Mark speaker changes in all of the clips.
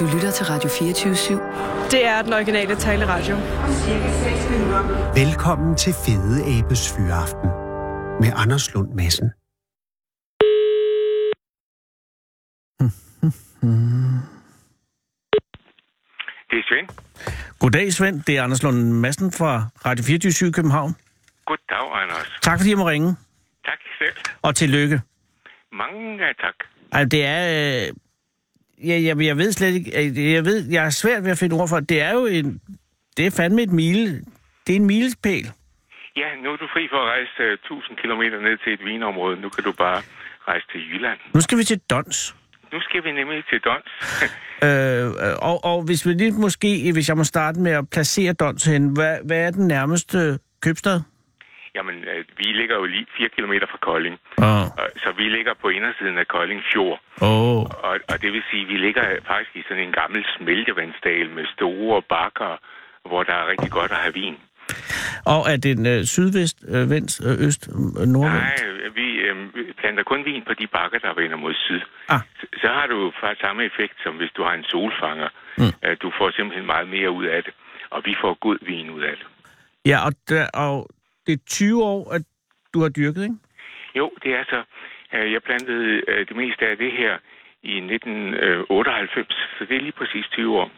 Speaker 1: Du lytter til Radio 24 /7.
Speaker 2: Det er den originale taleradio.
Speaker 3: Velkommen til Fede Abes Fyraften med Anders Lund Madsen.
Speaker 4: Det er Svend.
Speaker 5: Goddag, Svend. Det er Anders Lund Madsen fra Radio 24 København.
Speaker 4: Goddag, Anders.
Speaker 5: Tak fordi jeg må ringe,
Speaker 4: Tak selv.
Speaker 5: og tillykke.
Speaker 4: Mange tak.
Speaker 5: Altså, det er... Øh... Jeg, jeg, jeg ved slet ikke... øh, Jeg, ved, jeg er svært ved at finde ord for det. Det er jo en... Det er fandme et mile... Det er en milepæl.
Speaker 4: Ja, nu er du fri for at rejse øh, 1000 km ned til et vinområde. Nu kan du bare rejse til Jylland.
Speaker 5: Nu skal vi til Dons.
Speaker 4: Nu skal vi nemlig til Dons.
Speaker 5: Øh, øh, og, og hvis vi lige måske, hvis jeg må starte med at placere Dons hen, hvad, hvad er den nærmeste købstad?
Speaker 4: Jamen, øh, vi ligger jo lige 4 km fra Kolding.
Speaker 5: Åh,
Speaker 4: Og- Så vi ligger på indersiden af Kolding Fjord.
Speaker 5: oh. oh.
Speaker 4: Og, og det vil sige, at vi ligger øh, faktisk i sådan en gammel smeltevandsdal med store bakker, hvor der er rigtig godt at have vin.
Speaker 5: og er det en øh, sydvest, øh, vendt, øh, øst, øh, nordvendt?
Speaker 4: Nej, øh, vi øh, vi planter kun vin på de bakker, der vender mod syd.
Speaker 5: Ah.
Speaker 4: Så, så har du jo faktisk samme effekt, som hvis du har en solfanger. Mm. Du får simpelthen meget mere ud af det, og vi får god vin ud af det.
Speaker 5: Ja, og, der, og det er 20 år, at du har dyrket, ikke?
Speaker 4: Jo, det er så. øh, Jeg plantede øh, det meste af det her i 1998, så det er lige præcis 20 år.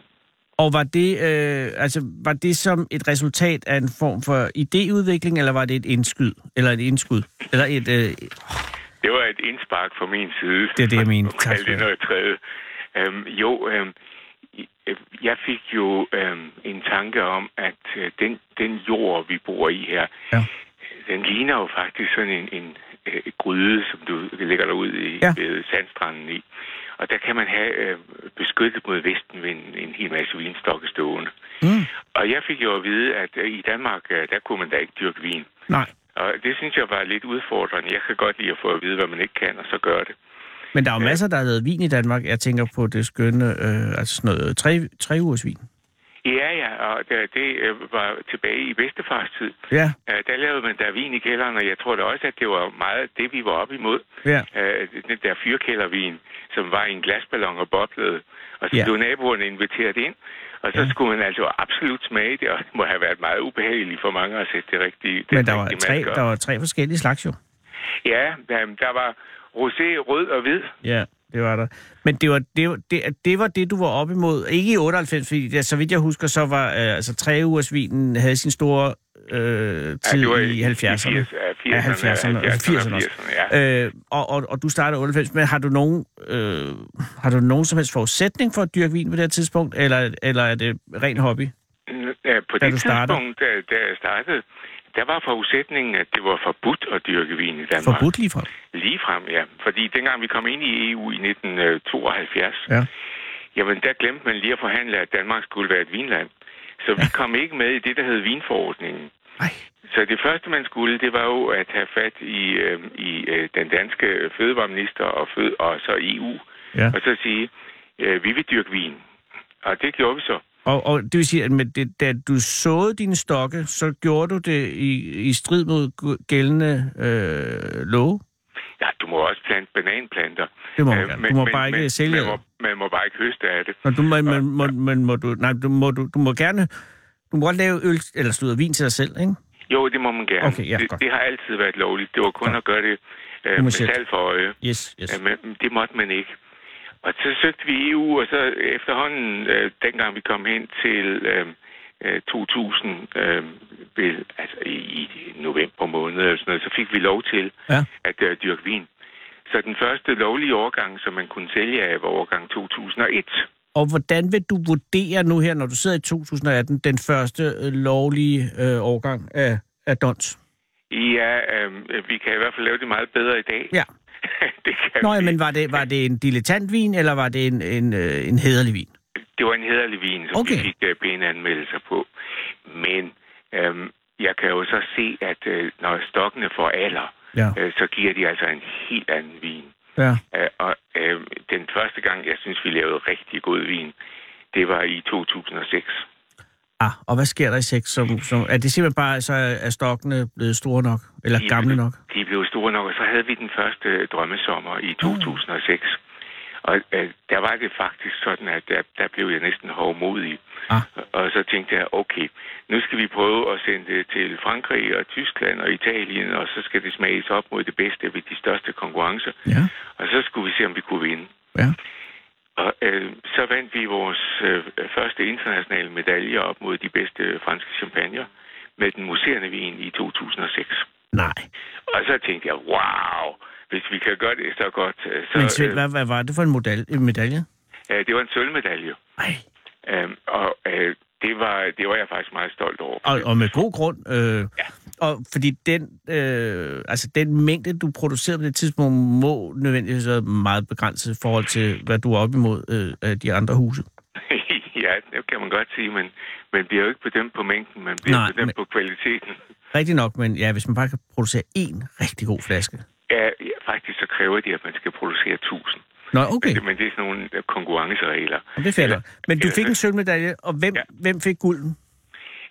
Speaker 5: Og var det, øh, altså, var det som et resultat af en form for idéudvikling, eller var det et indskud? Eller et indskud? Eller et, øh,
Speaker 4: Det var et indspark fra min side.
Speaker 5: Det er det, jeg mener.
Speaker 4: Og
Speaker 5: Tak
Speaker 4: kald
Speaker 5: skal
Speaker 4: det
Speaker 5: du have.
Speaker 4: noget tredje. Øhm, jo, øhm, i- øh, jeg fik jo øhm, en tanke om, at øh, den, den jord, vi bor i her,
Speaker 5: Ja.
Speaker 4: den ligner jo faktisk sådan en, en øh, gryde, som du lægger dig ud i
Speaker 5: Ja.
Speaker 4: ja. ved sandstranden i. Og der kan man have øh, beskyttet mod vestenvinden en hel masse vinstokke stående.
Speaker 5: mm,
Speaker 4: Og jeg fik jo at vide, at øh, i Danmark, øh, der kunne man da ikke dyrke vin.
Speaker 5: nej,
Speaker 4: Og det synes jeg var lidt udfordrende. Jeg kan godt lide at få at vide, hvad man ikke kan, og så gøre det.
Speaker 5: men der er jo masser, der har lavet vin i Danmark. Jeg tænker på det skønne, øh, altså sådan noget, tre, tre ugers vin.
Speaker 4: Ja, ja, og det, det øh, var tilbage i bedstefars tid.
Speaker 5: Ja,
Speaker 4: Øh, Der lavede man der vin i kælderen, og jeg tror da også, at det var meget det, vi var op imod.
Speaker 5: ja.
Speaker 4: Øh, Den der fyrkældervin, som var i en glasballon og boblede, og så
Speaker 5: Ja.
Speaker 4: ja. blev naboerne inviteret ind. Og så ja. skulle man altså absolut smage det, og det må have været meget ubehageligt for mange at sætte det rigtige. det
Speaker 5: Men der var,
Speaker 4: rigtige
Speaker 5: tre,
Speaker 4: mælk op.
Speaker 5: der var tre forskellige slags jo.
Speaker 4: Ja, jamen, der var rosé, rød og hvid.
Speaker 5: Ja, det var der. Men det var det, var- det, det, var det du var op imod. Ikke i 98, fordi det, så vidt jeg husker, så var øh, altså, tre ugers vinen havde sin store øh, tid ja, i 70'erne.
Speaker 4: I 80'erne,
Speaker 5: Ja, 70'erne, 80'erne også.
Speaker 4: 80'erne, ja.
Speaker 5: Øh, og, og, og du startede 98, men har du, nogen, øh, har du nogen som helst forudsætning for at dyrke vin på det her tidspunkt, eller, eller er det ren hobby?
Speaker 4: Ja, Øh, på
Speaker 5: da
Speaker 4: det
Speaker 5: du startede?
Speaker 4: tidspunkt, da, da jeg startede, der var forudsætningen, at det var forbudt at dyrke vin i Danmark.
Speaker 5: Forbudt lige fra.
Speaker 4: Ligefrem, ja. Fordi dengang vi kom ind i EU i øh, 1972,
Speaker 5: Ja.
Speaker 4: jamen der glemte man lige at forhandle, at Danmark skulle være et vinland. Så vi kom ikke med i det, der hed vinforordningen.
Speaker 5: Ej.
Speaker 4: Så det første, man skulle, det var jo at have fat i, øh, i øh, den danske fødevareminister og, fød, og så EU,
Speaker 5: Ja.
Speaker 4: og så sige, øh, vi vil dyrke vin. Og det gjorde vi så.
Speaker 5: Og, og det vil sige, at med det, da du såede dine stokke, så gjorde du det i, i strid mod gu- gældende øh, love?
Speaker 4: Ja, du må også plante bananplanter.
Speaker 5: Det må man
Speaker 4: Øh,
Speaker 5: gerne. Du må bare ikke sælge
Speaker 4: Man må,
Speaker 5: det.
Speaker 4: man må bare ikke høste af det.
Speaker 5: Nå, du må, man, må, man, må, du, nej, du, må, du, du må gerne... Du må godt lave øl, eller slutter vin til dig selv, ikke?
Speaker 4: Jo, det må man gerne.
Speaker 5: Okay, ja,
Speaker 4: det,
Speaker 5: godt.
Speaker 4: det har altid været lovligt. Det var kun
Speaker 5: Godt.
Speaker 4: at gøre det øh,
Speaker 5: Du må
Speaker 4: med
Speaker 5: sætte-
Speaker 4: salg for øje.
Speaker 5: Yes, yes.
Speaker 4: Øh, men det måtte man ikke. Og så søgte vi i EU, og så efterhånden, øh, dengang vi kom hen til øh, øh, 2000, øh, ved, altså i, i november måned, eller sådan noget, så fik vi lov til
Speaker 5: Ja.
Speaker 4: at øh, dyrke vin. Så den første lovlige årgang, som man kunne sælge af, var årgang 2001.
Speaker 5: Og hvordan vil du vurdere nu her, når du sidder i 2018, den første øh, lovlige øh, årgang af, af Dons?
Speaker 4: Ja, øh, vi kan i hvert fald lave det meget bedre i dag.
Speaker 5: Ja.
Speaker 4: det kan
Speaker 5: Nå ja,
Speaker 4: vi.
Speaker 5: men var det, var det en dilettantvin, eller var det en, en, øh, en hederlig vin?
Speaker 4: Det var en hederlig vin, som
Speaker 5: Okay.
Speaker 4: vi fik øh, pæne anmeldelser på. Men øh, jeg kan jo så se, at øh, når stokkene får alder,
Speaker 5: Ja.
Speaker 4: øh, så giver de altså en helt anden vin.
Speaker 5: Ja.
Speaker 4: Øh, og øh, den første gang, jeg synes, vi lavede rigtig god vin, det var i 2006.
Speaker 5: Ah, og hvad sker der i sex? Som, som, er det simpelthen bare, så er er stokkene blevet store nok? Eller
Speaker 4: De-
Speaker 5: gamle nok?
Speaker 4: øh,
Speaker 5: Mm.
Speaker 4: De blev store nok, og så havde vi den første drømmesommer i 2006. Og øh, der var det faktisk sådan, at der, der blev jeg næsten hovmodig.
Speaker 5: Ah.
Speaker 4: Og så tænkte jeg, okay, nu skal vi prøve at sende det til Frankrig og Tyskland og Italien, og så skal det smages op mod det bedste ved de største konkurrencer.
Speaker 5: Ja,
Speaker 4: Og så skulle vi se, om vi kunne vinde.
Speaker 5: ja.
Speaker 4: Og øh, så vandt vi vores øh, første internationale medalje op mod de bedste franske champagner med den museerne vin i 2006.
Speaker 5: Nej.
Speaker 4: Og så tænkte jeg, wow, hvis vi kan gøre det så godt, øh, så...
Speaker 5: Men Svend,
Speaker 4: øh,
Speaker 5: hvad, hvad var det for en modal- en medalje?
Speaker 4: ja, det var en sølvmedalje.
Speaker 5: Nej.
Speaker 4: Øhm, og øh, det, var, det var jeg faktisk meget stolt over.
Speaker 5: Og, og med god grund. Øh, ja. Og fordi den, øh, altså den mængde, du producerede på det tidspunkt, må nødvendigvis være meget begrænset i forhold til, hvad du er op imod øh, af de andre huse.
Speaker 4: ja, det kan man godt sige, men man bliver jo ikke bedømt på mængden, man bliver
Speaker 5: Nej,
Speaker 4: Nej, bedømt men... på
Speaker 5: men-
Speaker 4: kvaliteten.
Speaker 5: Rigtig nok, men ja, hvis man bare kan producere én rigtig god flaske.
Speaker 4: Ja, ja, faktisk så kræver de, at man skal producere 1000.
Speaker 5: Nå, okay.
Speaker 4: Okay. Men det er sådan nogle øh, konkurrenceregler.
Speaker 5: Jamen, Det er fair
Speaker 4: Eller-
Speaker 5: nok. Men du
Speaker 4: eller-
Speaker 5: fik en sølvmedalje, og hvem, ja.
Speaker 4: Ja.
Speaker 5: hvem fik gulden?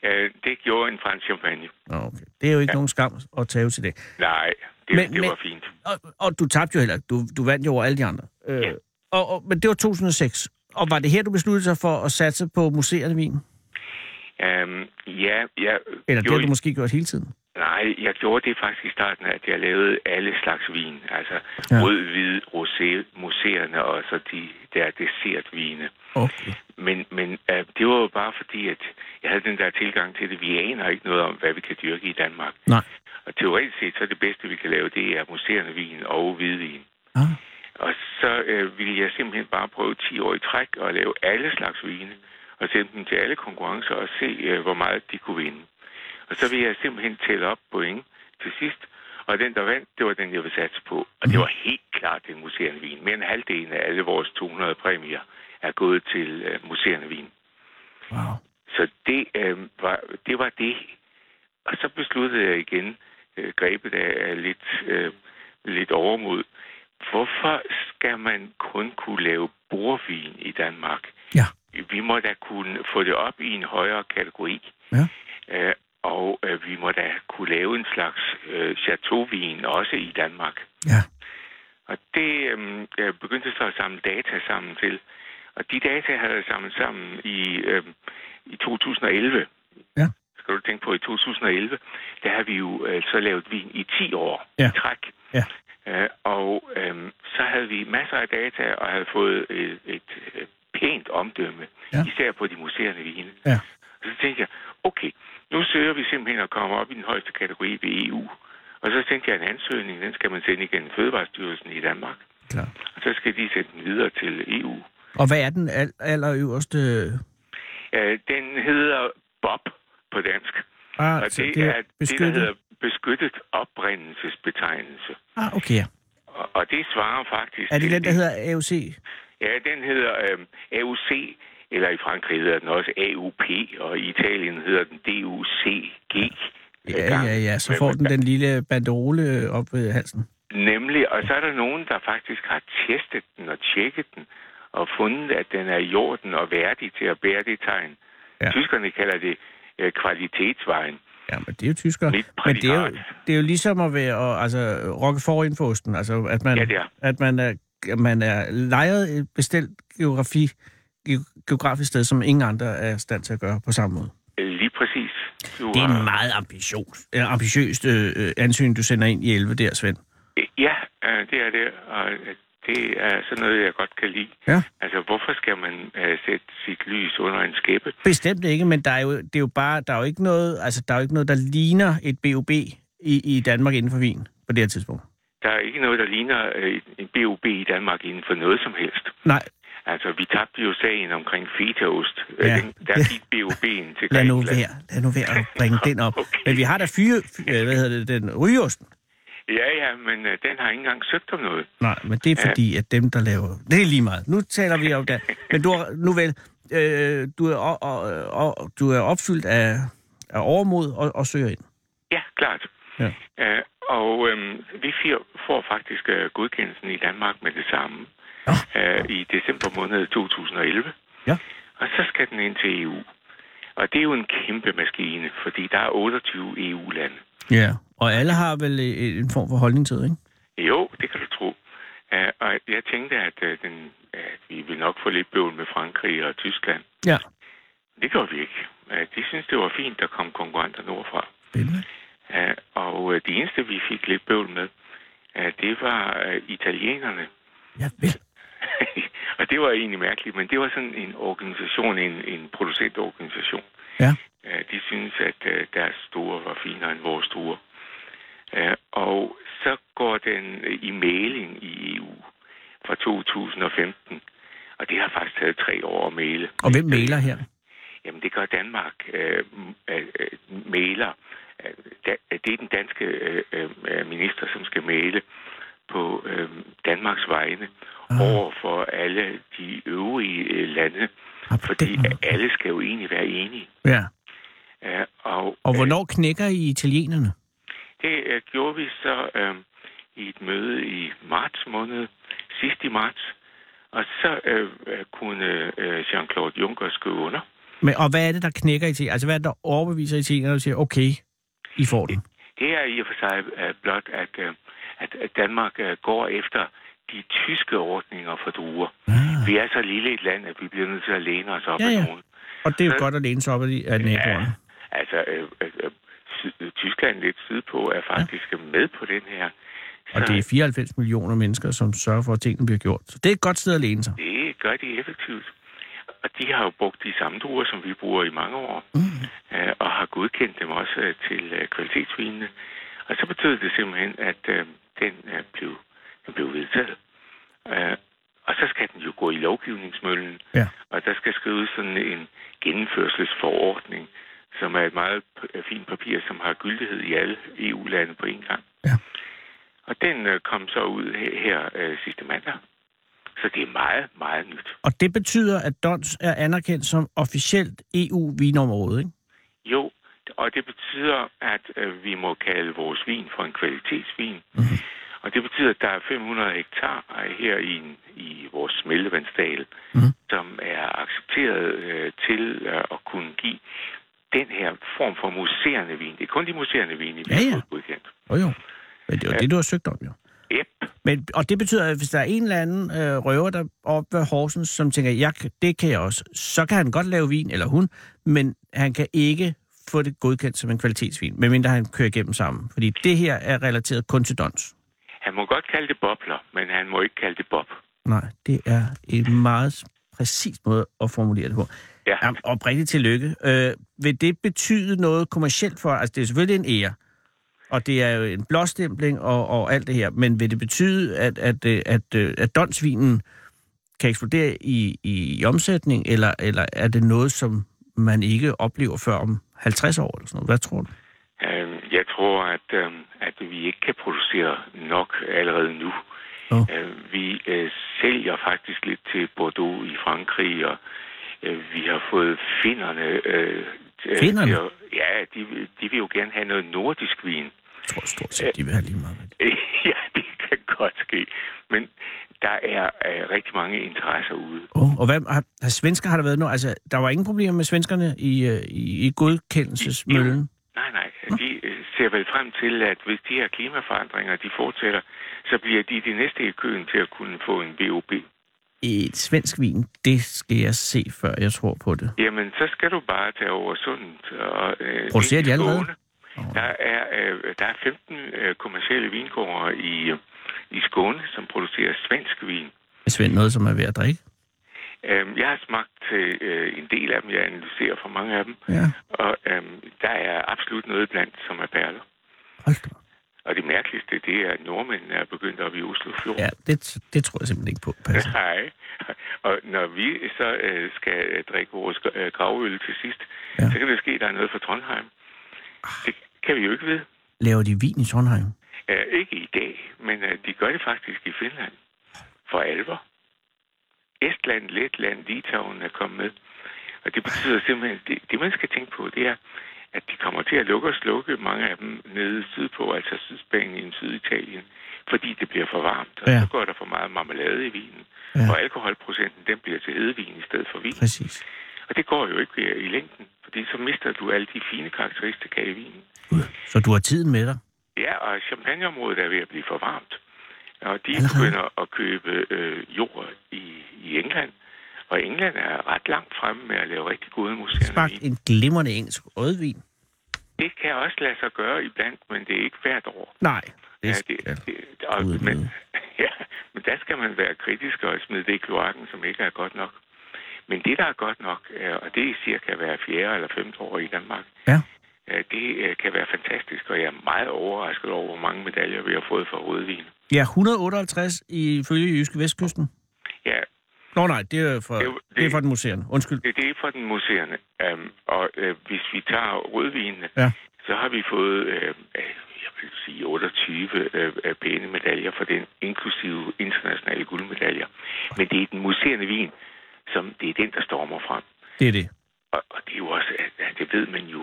Speaker 4: Øh, det gjorde en fransk champagne.
Speaker 5: Nå, okay. Det er jo ikke ja. nogen skam at tage til det.
Speaker 4: Nej, det,
Speaker 5: Men-
Speaker 4: men, det
Speaker 5: men-
Speaker 4: var fint.
Speaker 5: Og, og du tabte jo heller ikke. Du, du vandt jo over alle de andre. Øh,
Speaker 4: Ja.
Speaker 5: og, og, men det var 2006. Og var det her, du besluttede dig for at satse på museerne vin?
Speaker 4: Øhm, ja, jeg
Speaker 5: Eller det har
Speaker 4: gjorde,
Speaker 5: du måske gjort hele tiden?
Speaker 4: nej, jeg gjorde det faktisk i starten, at jeg lavede alle slags vin. Altså
Speaker 5: Ja.
Speaker 4: ja. rød, hvid, rosé, museerne og så de der dessertvine.
Speaker 5: Okay.
Speaker 4: Men, men øh, det var jo bare fordi, at jeg havde den der tilgang til det. Vi aner ikke noget om, hvad vi kan dyrke i Danmark.
Speaker 5: Nej.
Speaker 4: Og teoretisk set, så er det bedste, vi kan lave, det er museerne vin og hvidvin.
Speaker 5: Ah.
Speaker 4: Og så øh, ville jeg simpelthen bare prøve 10 år i træk og lave alle slags vine. Og sende dem til alle konkurrencer og se, øh, hvor meget de kunne vinde. Og så ville jeg simpelthen tælle op point til sidst. Og den, der vandt, det var den, jeg ville satse på. Og det var helt klart den museerne vin. Mere end halvdelen af alle vores 200 præmier er gået til øh, museerne vin.
Speaker 5: Wow.
Speaker 4: Så det, øh, var, det var det. Og så besluttede jeg igen, øh, grebet af af lidt, øh, lidt overmod, hvorfor skal man kun kunne lave bordvin i Danmark?
Speaker 5: Ja.
Speaker 4: Vi må da kunne få det op i en højere kategori.
Speaker 5: Ja.
Speaker 4: Øh, og øh, vi må da kunne lave en slags øh, chateauvin også i Danmark.
Speaker 5: Ja.
Speaker 4: Og det øhm, jeg begyndte så at samle data sammen til. Og de data havde jeg samlet sammen i, øhm, i 2011.
Speaker 5: Ja.
Speaker 4: Skal du tænke på, i 2011, der har vi jo øh, så lavet vin i 10 år
Speaker 5: Ja.
Speaker 4: i træk.
Speaker 5: Ja.
Speaker 4: Øh, og øhm, så havde vi masser af data og havde fået et, et øh, pænt omdømme,
Speaker 5: Ja.
Speaker 4: især på de museerne vine.
Speaker 5: Ja.
Speaker 4: Og så tænkte jeg, okay, nu søger vi simpelthen at komme op i den højeste kategori ved EU. Og så tænkte jeg, at en ansøgning, den skal man sende igennem Fødevarestyrelsen i Danmark.
Speaker 5: Klar.
Speaker 4: Og så skal de sende den videre til E EU.
Speaker 5: Og hvad er den al- allerøverste...
Speaker 4: Øh, Den hedder BOP på dansk.
Speaker 5: Ah,
Speaker 4: Og
Speaker 5: så
Speaker 4: det,
Speaker 5: det
Speaker 4: er det, der
Speaker 5: beskyttet-
Speaker 4: hedder beskyttet oprindelsesbetegnelse.
Speaker 5: Ah, okay. ja.
Speaker 4: Og, og det svarer faktisk
Speaker 5: Er det
Speaker 4: til
Speaker 5: den, der hedder AOC?
Speaker 4: Ja, den hedder øh, AUC, eller i Frankrig hedder den også AUP, og i Italien hedder den DUCG.
Speaker 5: Ja, ja, ja. Så får den den lille banderole op ved halsen.
Speaker 4: Nemlig, og så er der nogen, der faktisk har testet den og tjekket den, og fundet, at den er i orden og værdig til at bære det tegn.
Speaker 5: Ja.
Speaker 4: Ja. Tyskerne kalder det øh, kvalitetsvejen.
Speaker 5: Ja, men det er jo tyskere.
Speaker 4: Mit
Speaker 5: Men det er jo,
Speaker 4: prædikat.
Speaker 5: det er jo ligesom at være og, altså, rokke foran for osten. Altså, at man,
Speaker 4: Ja, det er.
Speaker 5: At man er, at man er lejret et bestemt geografi, ge- geografisk sted, som ingen andre er i stand til at gøre på samme måde.
Speaker 4: Øh, Lige præcis. Du
Speaker 5: Det er
Speaker 4: har-
Speaker 5: en meget ambitiøs, øh, ambitiøst øh, øh, ansøgning, du sender ind i 11 der, Svend.
Speaker 4: Øh, Ja, øh, det er det, og øh, det er sådan noget, jeg godt kan lide.
Speaker 5: Ja.
Speaker 4: Altså, hvorfor skal man øh, sætte sit lys under en skæppe?
Speaker 5: Bestemt ikke, men der er jo, det er jo bare, der er jo ikke noget, altså, der er jo ikke noget, der ligner et BOB i, i Danmark inden for vin på det her tidspunkt.
Speaker 4: Der er ikke noget, der ligner øh, en BOB i Danmark inden for noget som helst.
Speaker 5: Nej,
Speaker 4: Altså, vi tabte jo sagen omkring fetaost. Øh,
Speaker 5: Ja.
Speaker 4: den- Der
Speaker 5: Ja.
Speaker 4: gik BOB'en til
Speaker 5: lad nu
Speaker 4: Grækenland.
Speaker 5: være, lad nu være at bringe den op.
Speaker 4: Okay.
Speaker 5: Men vi har da fyre, fyre hvad hedder det, den rygeosten.
Speaker 4: Ja, ja, men øh, den har ikke engang søgt om noget.
Speaker 5: Nej, men det er fordi, at dem, der laver... Det er lige meget. Nu taler vi om det. Men du er, nu vel, øh, du, er, og, og, og, du er opfyldt af, af overmod og, og søger ind.
Speaker 4: Ja, klart.
Speaker 5: Ja.
Speaker 4: Øh, og øh, vi fire får faktisk øh, godkendelsen i Danmark med det samme
Speaker 5: Nå.
Speaker 4: øh, i december måned 2011.
Speaker 5: Ja.
Speaker 4: Og så skal den ind til EU. Og det er jo en kæmpe maskine, fordi der er E 28 EU-lande.
Speaker 5: Ja, og alle har vel øh, en form for holdning til det, ikke?
Speaker 4: Jo, det kan du tro. Øh, og jeg tænkte, at, øh, den, at vi ville nok få lidt bøvl med Frankrig og Tyskland.
Speaker 5: Ja.
Speaker 4: Det gjorde vi ikke. Øh, de syntes, det var fint, der kom konkurrenter nordfra.
Speaker 5: Spændende.
Speaker 4: Øh, og øh, det eneste, vi fik lidt bøvl med, øh, det var øh, italienerne.
Speaker 5: Ja, vel.
Speaker 4: og det var egentlig mærkeligt, men det var sådan en organisation, en, en producentorganisation.
Speaker 5: Ja.
Speaker 4: Øh, de synes, at øh, deres store var finere end vores store. Øh, og så går den øh, i mailing i EU fra 2015. Og det har faktisk taget tre år at male.
Speaker 5: Og hvem mailer her?
Speaker 4: Jamen, det gør Danmark. Øh, øh, øh, mailer. Øh, da- Det er den danske øh, øh, minister, som skal male på øh, Danmarks vegne
Speaker 5: Ah.
Speaker 4: over for alle de øvrige øh, lande.
Speaker 5: Ah, på
Speaker 4: Fordi
Speaker 5: den måde.
Speaker 4: alle skal jo egentlig være enige.
Speaker 5: Ja.
Speaker 4: Øh, og
Speaker 5: Og hvornår knækker I italienerne?
Speaker 4: Det øh, gjorde vi så øh, i et møde i marts måned, sidst i marts. Og så øh, øh, kunne øh, Jean-Claude Juncker skrive under.
Speaker 5: Men, og hvad er det, der knækker Italien? Altså, hvad er det, der overbeviser italienerne, og siger, okay, I får den?
Speaker 4: Det er i og for sig øh, blot, at, øh, at at Danmark øh, går efter de tyske ordninger for druer.
Speaker 5: Ah.
Speaker 4: Vi er så lille et land, at vi bliver nødt til at læne os op
Speaker 5: Ja,
Speaker 4: ad
Speaker 5: ja.
Speaker 4: nogen.
Speaker 5: Og det er jo godt at læne sig op af de- af naboerne.
Speaker 4: Altså, øh, øh, øh, Syd- Tyskland lidt sydpå er faktisk med på den her.
Speaker 5: Og det er 94 millioner mennesker, som sørger for, at tingene bliver gjort. Så det er et godt sted at læne sig.
Speaker 4: Det gør de effektivt. Og de har jo brugt de samme druer, som vi bruger i mange år, mm. øh, og har godkendt dem også øh, til øh, kvalitetsvinene. Og så betød det simpelthen, at øh, den, øh, blev, den blev vedtaget. Øh, og så skal den jo gå i lovgivningsmøllen,
Speaker 5: Ja.
Speaker 4: og der skal skrives sådan en gennemførselsforordning, som er et meget p- fint papir, som har gyldighed i alle EU-lande på én gang.
Speaker 5: Ja.
Speaker 4: Og den øh, kom så ud her, her øh, sidste mandag. Så det er meget, meget nyt.
Speaker 5: Og det betyder, at Dons er anerkendt som officielt EU-vinområde, ikke?
Speaker 4: Jo, og det betyder, at øh, vi må kalde vores vin for en kvalitetsvin.
Speaker 5: Mhm.
Speaker 4: Mm-hmm. Og det betyder, at der er 500 hektar her i, en- i vores smeltevandsdal, mm-hmm.
Speaker 5: Mhm.
Speaker 4: som er accepteret øh, til øh, at kunne give den her form for museerne vin. Det er kun de museerne vin, vi
Speaker 5: Ja,
Speaker 4: har
Speaker 5: ja.
Speaker 4: fået godkendt.
Speaker 5: Jo, jo. Men det er jo det, du har søgt om, jo.
Speaker 4: Yep.
Speaker 5: Men, og det betyder, at hvis der er en eller anden øh, røver der op ved Horsens, som tænker, jeg, kan- det kan jeg også, så kan han godt lave vin, eller hun, men han kan ikke få det godkendt som en kvalitetsvin, medmindre han kører igennem sammen. Fordi det her er relateret kun til Dons.
Speaker 4: Han må godt kalde det bobler, men han må ikke kalde det bob.
Speaker 5: Nej, det er en meget præcis måde at formulere det på.
Speaker 4: Ja.
Speaker 5: Jamen, oprigtigt tillykke. Øh, vil det betyde noget kommercielt for Altså, det er selvfølgelig en ære, og det er jo en blåstempling og, og alt det her, men vil det betyde, at, at, øh, at, øh, at donsvinen kan eksplodere i, i, i omsætning, eller, eller er det noget, som man ikke oplever før om 50 år eller sådan noget? Hvad tror du?
Speaker 4: Øhm, Jeg tror, at, øhm, at vi ikke kan producere nok allerede nu.
Speaker 5: Nå.
Speaker 4: Øh, Vi øh, sælger faktisk lidt til Bordeaux i Frankrig, og øh, vi har fået finnerne... øh, til-
Speaker 5: Finnerne?
Speaker 4: til at- Ja, de, vil- de vil jo gerne have noget nordisk vin.
Speaker 5: Jeg tror stort set, de vil have lige meget. med det.
Speaker 4: ja, det kan godt ske. Men der er øh, rigtig mange interesser ude.
Speaker 5: Oh, og hvad, har, har svensker har der været noget? Altså, der var ingen problemer med svenskerne i, øh, i, i godkendelsesmøllen.
Speaker 4: Nej, nej. De øh, ser vel frem til, at hvis de her klimaforandringer de fortsætter, så bliver de de næste i køen til at kunne få en VOP.
Speaker 5: Et svensk vin, det skal jeg se, før jeg tror på det.
Speaker 4: Jamen, så skal du bare tage over sundet. Og, øh,
Speaker 5: Producerer
Speaker 4: ind i
Speaker 5: de allerede?
Speaker 4: Skåne. Der er, øh, der er 15 øh, kommercielle vingårdere i, øh, i Skåne, som producerer svensk vin.
Speaker 5: Svend, noget, som er ved at drikke.
Speaker 4: Øh, jeg har smagt til øh, en del af dem. Jeg analyserer for mange af dem.
Speaker 5: Ja.
Speaker 4: Og øh, der er absolut noget blandt, som er perler.
Speaker 5: Hold da. op.
Speaker 4: Og det mærkeligste, det er, at nordmændene er begyndt op i Oslo Fjord.
Speaker 5: Ja, det, det tror jeg simpelthen ikke på. Passer.
Speaker 4: Nej. Og når vi så øh, skal øh, drikke vores øh, gravøl til sidst,
Speaker 5: Ja.
Speaker 4: ja. så kan det ske, at der er noget fra Trondheim. Det kan vi jo ikke vide.
Speaker 5: Laver de vin i Trondheim?
Speaker 4: Øh, ikke i dag, men øh, de gør det faktisk i Finland. For alvor. Estland, Letland, Litauen er kommet med. Og det betyder simpelthen, det, det man skal tænke på, det er, at de kommer til at lukke og slukke mange af dem nede sydpå, altså Sydspanien, Syditalien, fordi det bliver for varmt, og
Speaker 5: Ja.
Speaker 4: ja. så går der for meget marmelade i vinen.
Speaker 5: Ja.
Speaker 4: Ja. Og alkoholprocenten, den bliver til hedevin i stedet for vin.
Speaker 5: Præcis.
Speaker 4: Og det går jo ikke øh, i længden, fordi så mister du alle de fine karakteristika i vinen.
Speaker 5: Gud. Så du har tiden med dig?
Speaker 4: Ja, og champagneområdet er ved at blive for varmt. Og de
Speaker 5: Allerede?
Speaker 4: begynder at købe øh, jord i, i England. Og England er ret langt fremme med at lave rigtig gode
Speaker 5: Spark
Speaker 4: museer.
Speaker 5: en glimrende engelsk rødvin.
Speaker 4: Det kan også lade sig gøre iblandt, men det er ikke hvert år.
Speaker 5: Nej.
Speaker 4: Ja,
Speaker 5: Det,
Speaker 4: det,
Speaker 5: ja.
Speaker 4: det, og,
Speaker 5: Gud,
Speaker 4: men,
Speaker 5: det-
Speaker 4: ja, men der skal man være kritisk og smide det i kloakken, som ikke er godt nok. Men det, der er godt nok, øh, og det siger kan være fjerde eller femte år i Danmark,
Speaker 5: ja.
Speaker 4: øh, det øh, kan være fantastisk, og jeg er meget overrasket over, hvor mange medaljer vi har fået for rødvin.
Speaker 5: ja, 158 ifølge Jyske Vestkysten.
Speaker 4: Ja,
Speaker 5: Nå nej, det er for,
Speaker 4: Det er jo-
Speaker 5: det er for den museerne. Undskyld.
Speaker 4: det, det er fra den museerne. Um, og øh, hvis vi tager rødvinene,
Speaker 5: Ja.
Speaker 4: så har vi fået, øh, øh, jeg vil sige, 28 øh, øh, pæne medaljer for den, inklusive internationale guldmedaljer. Men det er den museerne vin, som det er den, der stormer frem.
Speaker 5: Det er det.
Speaker 4: Og, og det er jo også, at, at det ved man jo,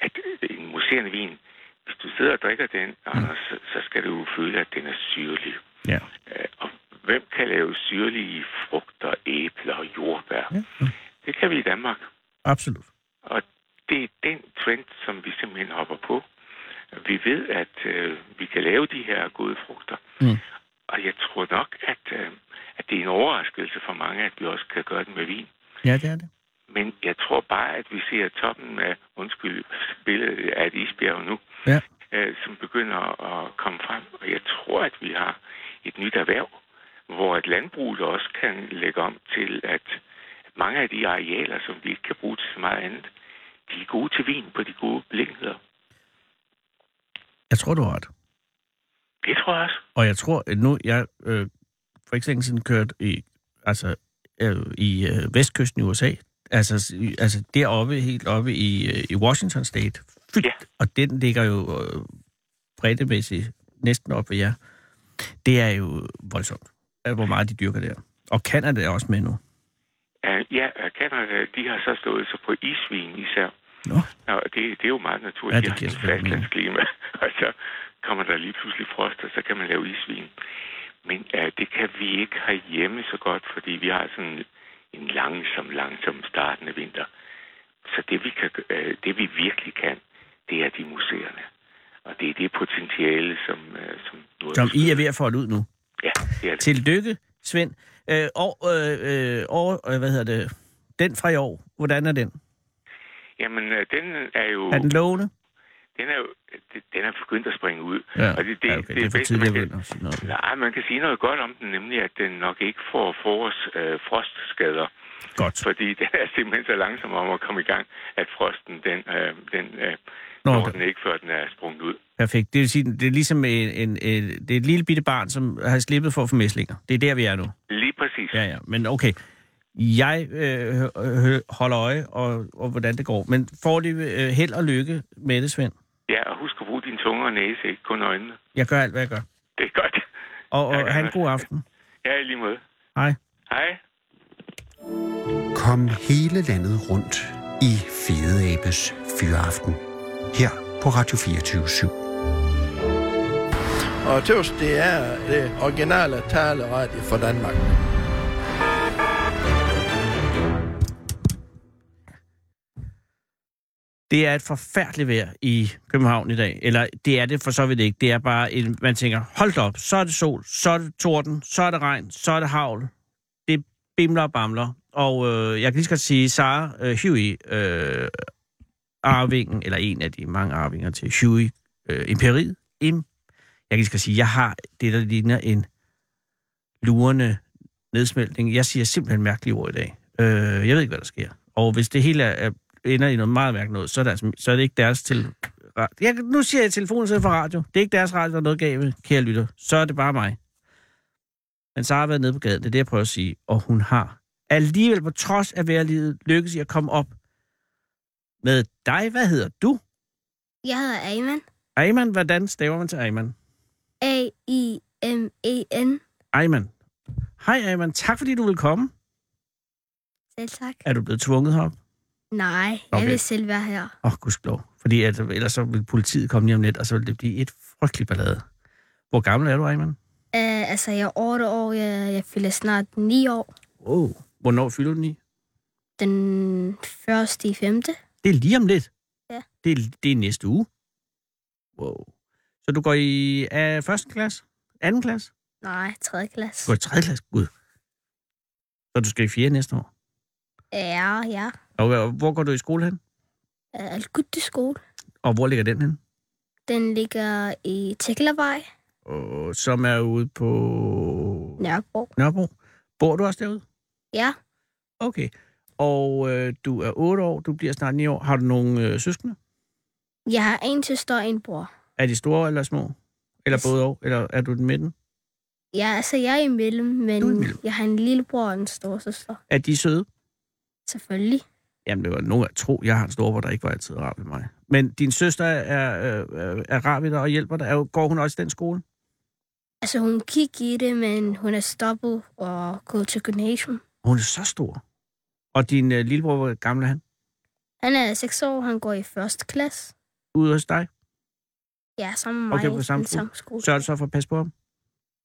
Speaker 4: at øh, en museerne vin, hvis du sidder og drikker den, Anders, så, så skal du jo føle, at den er syrlig.
Speaker 5: Ja.
Speaker 4: Øh, Og hvem kan lave syrlige frugter, æbler og jordbær?
Speaker 5: Ja,
Speaker 4: Det kan vi i Danmark.
Speaker 5: Absolut.
Speaker 4: Og det er den trend, som vi simpelthen hopper på. Vi ved, at øh, vi kan lave de her gode frugter.
Speaker 5: Mm.
Speaker 4: Og jeg tror nok, at, øh, at det er en overraskelse for mange, at vi også kan gøre det med vin.
Speaker 5: Ja, det er det.
Speaker 4: Men jeg tror bare, at vi ser toppen af, undskyld, billedet af et isbjerg nu,
Speaker 5: Ja.
Speaker 4: øh, som begynder at komme frem. Og jeg tror, at vi har et nyt erhverv, hvor et landbrug også kan lægge om til, at mange af de arealer, som vi ikke kan bruge til så meget andet, de er gode til vin på de gode beliggenheder.
Speaker 5: Jeg tror, du har ret.
Speaker 4: Det tror jeg også.
Speaker 5: Og jeg tror, at nu, jeg øh, for ikke så længe siden kørt i, altså, øh, i øh, vestkysten i USA, altså, s- i- altså deroppe, helt oppe i, øh, i Washington State, fyldt,
Speaker 4: Ja.
Speaker 5: og den ligger jo øh, breddemæssigt næsten op ved jer. Det er jo voldsomt, at hvor meget de dyrker der. Og Canada er også med nu.
Speaker 4: Øh, Ja, øh, Canada, de har så slået sig på isvin især.
Speaker 5: Nå,
Speaker 4: Og det, det er jo meget naturligt.
Speaker 5: Ja,
Speaker 4: Ja,
Speaker 5: det
Speaker 4: det giver
Speaker 5: giver selvfølgelig mening.
Speaker 4: fastlandsklima, og så kommer der lige pludselig frost, og så kan man lave isvin. Men uh, det kan vi ikke herhjemme så godt, fordi vi har sådan en langsom, langsom startende vinter. Så det vi, kan, uh, det vi virkelig kan, det er de museerne. Og det er det potentiale, som... Uh, som, Nordjysk-
Speaker 5: som I er ved at folde ud nu.
Speaker 4: Ja, det er det.
Speaker 5: Tillykke, Svend. Øh, og, øh, øh, og, øh, hvad hedder det, den fra i år, hvordan er den?
Speaker 4: Jamen, uh, den er jo...
Speaker 5: Er den lovende?
Speaker 4: den er, jo- den er begyndt at springe ud.
Speaker 5: Ja,
Speaker 4: Og Altså, det, det,
Speaker 5: ja, okay.
Speaker 4: det,
Speaker 5: det er for
Speaker 4: bedste,
Speaker 5: tidligt at
Speaker 4: man kan-
Speaker 5: begynde at sige noget.
Speaker 4: Nej, man kan sige noget godt om den, nemlig at den nok ikke får forårs øh, frostskader,
Speaker 5: Godt.
Speaker 4: fordi den er simpelthen så langsom om at komme i gang, at frosten, den, øh, den øh,
Speaker 5: Nå,
Speaker 4: når
Speaker 5: okay.
Speaker 4: den ikke, før den er sprunget ud.
Speaker 5: Perfekt. Det vil sige, det er ligesom en, en, en, det er et lille bitte barn, som har slippet for at få mæslinger. Det er der, vi er nu.
Speaker 4: Lige præcis.
Speaker 5: Ja, ja. Men okay. Jeg øh, hø- hø- holder øje, og, og hvordan det går. Men får det øh, held og lykke med det, Svend.
Speaker 4: ja, og husk at bruge din tunge og næse, ikke kun øjnene.
Speaker 5: Jeg gør alt, hvad jeg gør.
Speaker 4: Det er godt.
Speaker 5: Og, og
Speaker 4: Jeg gør
Speaker 5: have en
Speaker 4: det.
Speaker 5: god aften.
Speaker 4: Ja, i lige måde.
Speaker 5: Hej.
Speaker 4: Hej.
Speaker 3: Kom hele landet rundt i Fede Abes Fyraften. Her på Radio 24 /7.
Speaker 1: Og tøvs, det er det originale taleradio for Danmark.
Speaker 5: Det er et forfærdeligt vejr i København i dag. Eller det er det for så vidt ikke. Det er bare, en, man tænker, hold da op, så er det sol, så er det torden, så er det regn, så er det havl. Det bimler og bamler. Og øh, jeg kan lige så godt sige, Sara øh, Huey, øh, arvingen, eller en af de mange arvinger til Huey, øh, imperiet, im, jeg kan lige så godt sige, jeg har det, der ligner en lurende nedsmeltning. Jeg siger simpelthen mærkelige ord i dag. Øh, jeg ved ikke, hvad der sker. Og hvis det hele er, er ender i noget meget mærkeligt noget, så er det, altså, så er det ikke deres til... ra- Jeg, nu siger jeg telefonen til for radio. Det er ikke deres radio, der er noget galt med, kære lytter. Så er det bare mig. Men Sara har været nede på gaden, det er det, jeg prøver at sige. Og hun har alligevel på trods af vejrlivet lykkes i at komme op med dig. Hvad hedder du?
Speaker 6: Jeg hedder Ayman.
Speaker 5: Ayman, hvordan staver man til Ayman?
Speaker 6: E A-I-M-E-N.
Speaker 5: Ayman. Hej Ayman, tak fordi du vil komme.
Speaker 6: Selv tak.
Speaker 5: Er du blevet tvunget herop?
Speaker 6: Nej,
Speaker 5: Okay.
Speaker 6: jeg vil selv være her.
Speaker 5: Åh, oh, gudskelov. Fordi at, ellers så vil politiet komme lige om lidt, og så vil det blive et frygteligt ballade. Hvor gammel er du, Ayman?
Speaker 6: Uh, altså, jeg er 8 år. Jeg, jeg fylder snart 9 år.
Speaker 5: Wow. Hvornår fylder du i?
Speaker 6: Den første i femte.
Speaker 5: Det er lige om lidt.
Speaker 6: Ja.
Speaker 5: Det er, det er næste uge. Wow. Så du går i uh, første klasse? Anden klasse?
Speaker 6: Nej, 3. klasse.
Speaker 5: Du går i 3. klasse? Gud. Så du skal i 4. næste år.
Speaker 6: Ja, ja.
Speaker 5: Og hvor- hvor går du i skole hen?
Speaker 6: Øh, Al-Gutti skole.
Speaker 5: Og hvor ligger den hen?
Speaker 6: Den ligger i Tækkelavej,
Speaker 5: Og, som er ude på
Speaker 6: Nørrebro.
Speaker 5: Nørrebro. Bor du også derude?
Speaker 6: Ja,
Speaker 5: Okay. Og øh, du er 8 år, du bliver snart 9 år. Har du nogle øh, søskende?
Speaker 6: jeg har en søster og en bror.
Speaker 5: Er de store eller små? Eller
Speaker 6: Yes.
Speaker 5: både og? Eller er du den midten?
Speaker 6: Ja, altså jeg er imellem, men
Speaker 5: Du er imellem.
Speaker 6: jeg har en lillebror og en storsøster.
Speaker 5: Er de søde?
Speaker 6: Selvfølgelig.
Speaker 5: Jamen, det var nogen at tro, jeg har en storebror, der ikke var altid rar ved mig. Men din søster er, øh, øh, er rar ved dig og hjælper dig. Er jo- Går hun også i den skole?
Speaker 6: Altså hun gik i det, men hun er stoppet og gået til gymnasium.
Speaker 5: Hun er så stor. Og din øh, lillebror, hvor gammel er han?
Speaker 6: Han er 6 år, han går i første klasse.
Speaker 5: Ude hos dig?
Speaker 6: Ja, sammen med
Speaker 5: Okay,
Speaker 6: mig
Speaker 5: på
Speaker 6: i
Speaker 5: samme
Speaker 6: den
Speaker 5: skole.
Speaker 6: samme skole.
Speaker 5: Sørger du så for at passe på ham?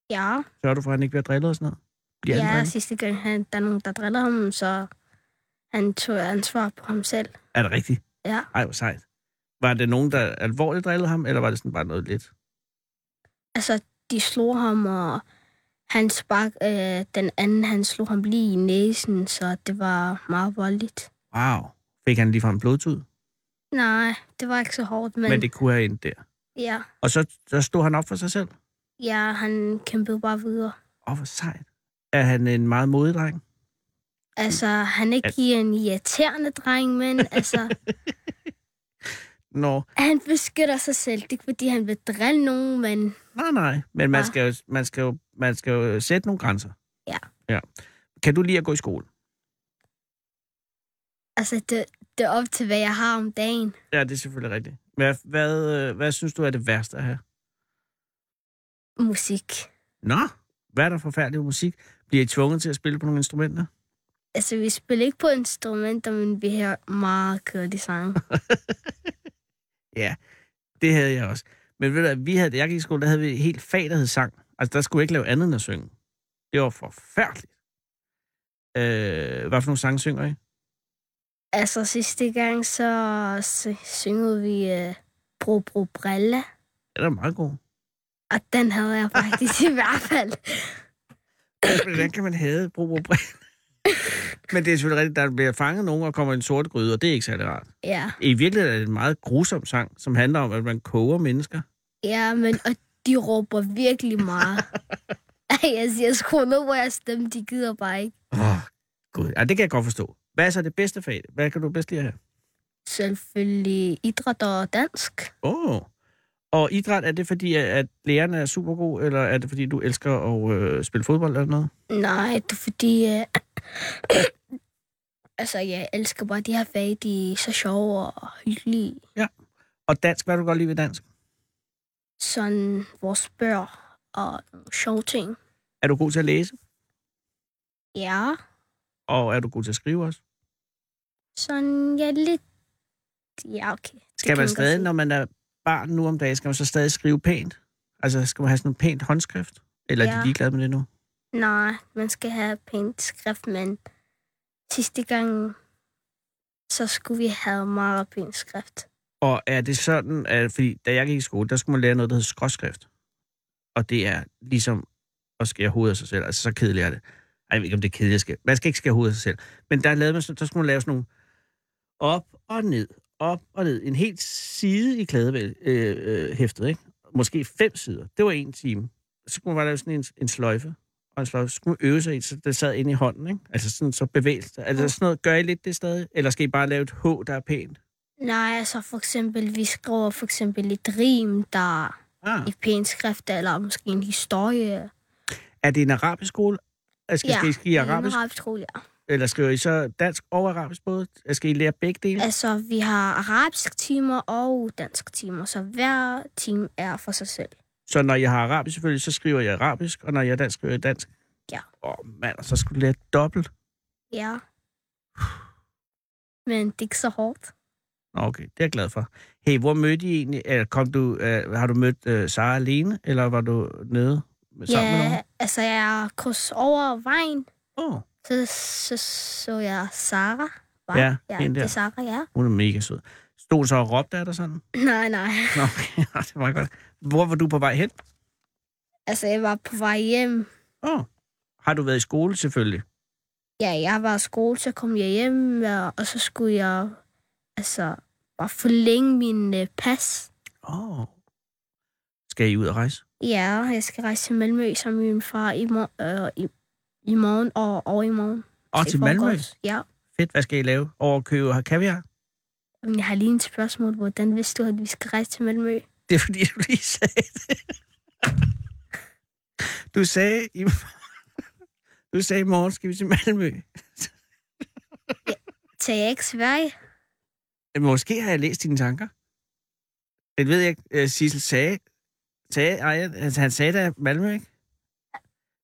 Speaker 6: Ja,
Speaker 5: Sørger du for, at han ikke bliver drillet og sådan noget? Bliver han
Speaker 6: ja
Speaker 5: drillet?
Speaker 6: sidste gang han, der er nogen, der driller ham, så han tog ansvar på ham selv.
Speaker 5: Er det rigtigt?
Speaker 6: Ja.
Speaker 5: Ej, hvor sejt. Var det nogen, der alvorligt drillede ham, eller var det sådan bare noget lidt?
Speaker 6: Altså, de slog ham, og han spark, øh, den anden, han slog ham lige i næsen, så det var meget voldeligt.
Speaker 5: Wow. Fik han ligefrem blodtud?
Speaker 6: Nej, det var ikke så hårdt, men,
Speaker 5: Men, men det kunne have endt der.
Speaker 6: ja,
Speaker 5: Og så, så stod han op for sig selv.
Speaker 6: ja, han kæmpede bare videre.
Speaker 5: Åh, oh, hvor sejt. Er han en meget modig dreng?
Speaker 6: Altså, han er ikke lige en irriterende dreng, men altså,
Speaker 5: Nå,
Speaker 6: han beskytter sig selv. Det er ikke, fordi han vil drille nogen, men
Speaker 5: nej, nej. Men man
Speaker 6: Ah.
Speaker 5: skal, jo, man, skal jo, man skal jo sætte nogle grænser.
Speaker 6: Ja.
Speaker 5: ja. Kan du lide at gå i skole?
Speaker 6: altså, det, det er op til, hvad jeg har om dagen.
Speaker 5: Ja, det er selvfølgelig rigtigt. Hvad, hvad, øh, hvad synes du er det værste at have?
Speaker 6: Musik.
Speaker 5: Nå, hvad er der forfærdeligt ved musik? Bliver I tvunget til at spille på nogle instrumenter?
Speaker 6: Altså, vi spiller ikke på instrumenter, men vi har meget kedelige sange.
Speaker 5: Det havde jeg også. Men ved du, hvad, vi havde, da jeg gik i skole, der havde vi et helt fag, der hed sang. Altså, der skulle jeg ikke lave andet end at synge. Det var forfærdeligt. Øh, hvad for nogle sange synger I?
Speaker 6: Altså, sidste gang, så sy- syngede vi øh, Bro Bro Brilla,
Speaker 5: Ja, det var meget god.
Speaker 6: og den havde jeg faktisk i hvert fald.
Speaker 5: Hvordan kan man have brug på Men det er selvfølgelig rigtigt, der bliver fanget nogen og kommer i en sort gryde, og det er ikke særlig rart.
Speaker 6: Ja,
Speaker 5: I virkeligheden er det en meget grusom sang, som handler om, at man koger mennesker.
Speaker 6: ja men og de råber virkelig meget. Ej, altså, jeg siger, skru ned, hvor jeg stemme, de gider bare ikke.
Speaker 5: Åh, oh, gud. Ja, det kan jeg godt forstå. Hvad er så det bedste fag? Hvad kan du bedst lide her?
Speaker 6: Selvfølgelig idræt og dansk.
Speaker 5: Åh. Oh. Og idræt, er det fordi, at- at lærerne er super gode, eller er det fordi, du elsker at øh, spille fodbold eller noget?
Speaker 6: Nej, det er fordi... Øh, altså, jeg elsker bare de her fag, de er så sjove og hyggelige.
Speaker 5: Og dansk, hvad kan du godt lide ved dansk?
Speaker 6: Sådan vores bør og nogle sjove ting.
Speaker 5: Er du god til at læse?
Speaker 6: Ja,
Speaker 5: Og er du god til at skrive også?
Speaker 6: sådan ja, lidt... Ja, okay. Det kan
Speaker 5: Skal man
Speaker 6: godt
Speaker 5: stadig,
Speaker 6: sige.
Speaker 5: når man er barn nu om dagen, skal man så stadig skrive pænt? Altså, skal man have sådan en pænt håndskrift? Eller er de
Speaker 6: Ja.
Speaker 5: ligeglade med det nu?
Speaker 6: Nej, man skal have pænt skrift, men sidste gang, så skulle vi have meget pænt skrift.
Speaker 5: Og er det sådan, at, fordi da jeg gik i skole, der skulle man lære noget, der hed skråskrift. Og det er ligesom at skære hovedet af sig selv. Altså, så kedeligt er det. Ej, jeg ved ikke, om det er kedeligt at skære. Man skal ikke skære hovedet af sig selv. Men der, lavede man, sådan- der skulle man lave sådan nogle op og ned, op og ned. En helt side i klædehæftet, øh, øh, hæftet, ikke? Måske fem sider. Det var en time. Så skulle man bare lave sådan en, en sløjfe. Og en sløjfe. Så skulle man øve sig i, så det sad inde i hånden, ikke? Altså sådan så bevægelse. Altså sådan noget, gør I lidt det stadig? Eller skal I bare lave et H, der er pænt?
Speaker 6: Nej, altså for eksempel, vi skriver for eksempel et rim, der
Speaker 5: Ah.
Speaker 6: i pæn skrift, eller måske en historie.
Speaker 5: Er det en arabisk skole? Altså, Skal, ja, skal I skrive arabisk,
Speaker 6: En arabisk skole, ja.
Speaker 5: eller skriver I så dansk og arabisk både? Skal I lære begge dele?
Speaker 6: Altså, vi har arabisk timer og dansk timer, så hver time er for sig selv.
Speaker 5: Så når jeg har arabisk selvfølgelig, så skriver jeg arabisk, og når jeg er dansk, skriver jeg dansk?
Speaker 6: Ja.
Speaker 5: Åh oh, mand, og så skulle du lære dobbelt?
Speaker 6: Ja. Men det er ikke så hårdt.
Speaker 5: Nå, okay, det er jeg glad for. Hey, hvor mødte I egentlig? Er, kom du, øh, har du mødt øh, Sara alene, eller var du nede med, sammen med nogen?
Speaker 6: Ja, altså, jeg kryds over vejen,
Speaker 5: Åh, oh,
Speaker 6: så så, så jeg Sara. Var.
Speaker 5: Ja,
Speaker 6: ja
Speaker 5: hende
Speaker 6: det
Speaker 5: der.
Speaker 6: er Sara, ja.
Speaker 5: hun er mega sød. Stod hun så og råbte af dig sådan?
Speaker 6: Nej, nej.
Speaker 5: Nå, okay, det var godt. Hvor var du på vej hen?
Speaker 6: Altså, jeg var på vej hjem.
Speaker 5: Åh, oh. har du været i skole selvfølgelig?
Speaker 6: Ja, jeg var i skole, så kom jeg hjem, og, og så skulle jeg altså bare forlænge min øh, pas.
Speaker 5: Åh. Oh. Skal I ud og rejse?
Speaker 6: Ja, og jeg skal rejse til Malmø sammen med min far i, mor- øh, i, i morgen og, og i morgen.
Speaker 5: Og
Speaker 6: Så i
Speaker 5: til Malmø?
Speaker 6: forgårs. Ja.
Speaker 5: Fedt, hvad skal I lave? Over at købe kaviar?
Speaker 6: Men jeg har lige et spørgsmål. Hvordan vidste du, at vi skal rejse til Malmø?
Speaker 5: Det er fordi, du lige sagde det. Du sagde i, du sagde, i morgen skal vi til Malmø.
Speaker 6: Tager jeg ikke Sverige?
Speaker 5: Måske har jeg læst dine tanker. Det ved jeg ikke. Øh, Sissel sagde, sagde ej, altså, han sagde da Malmø, ikke?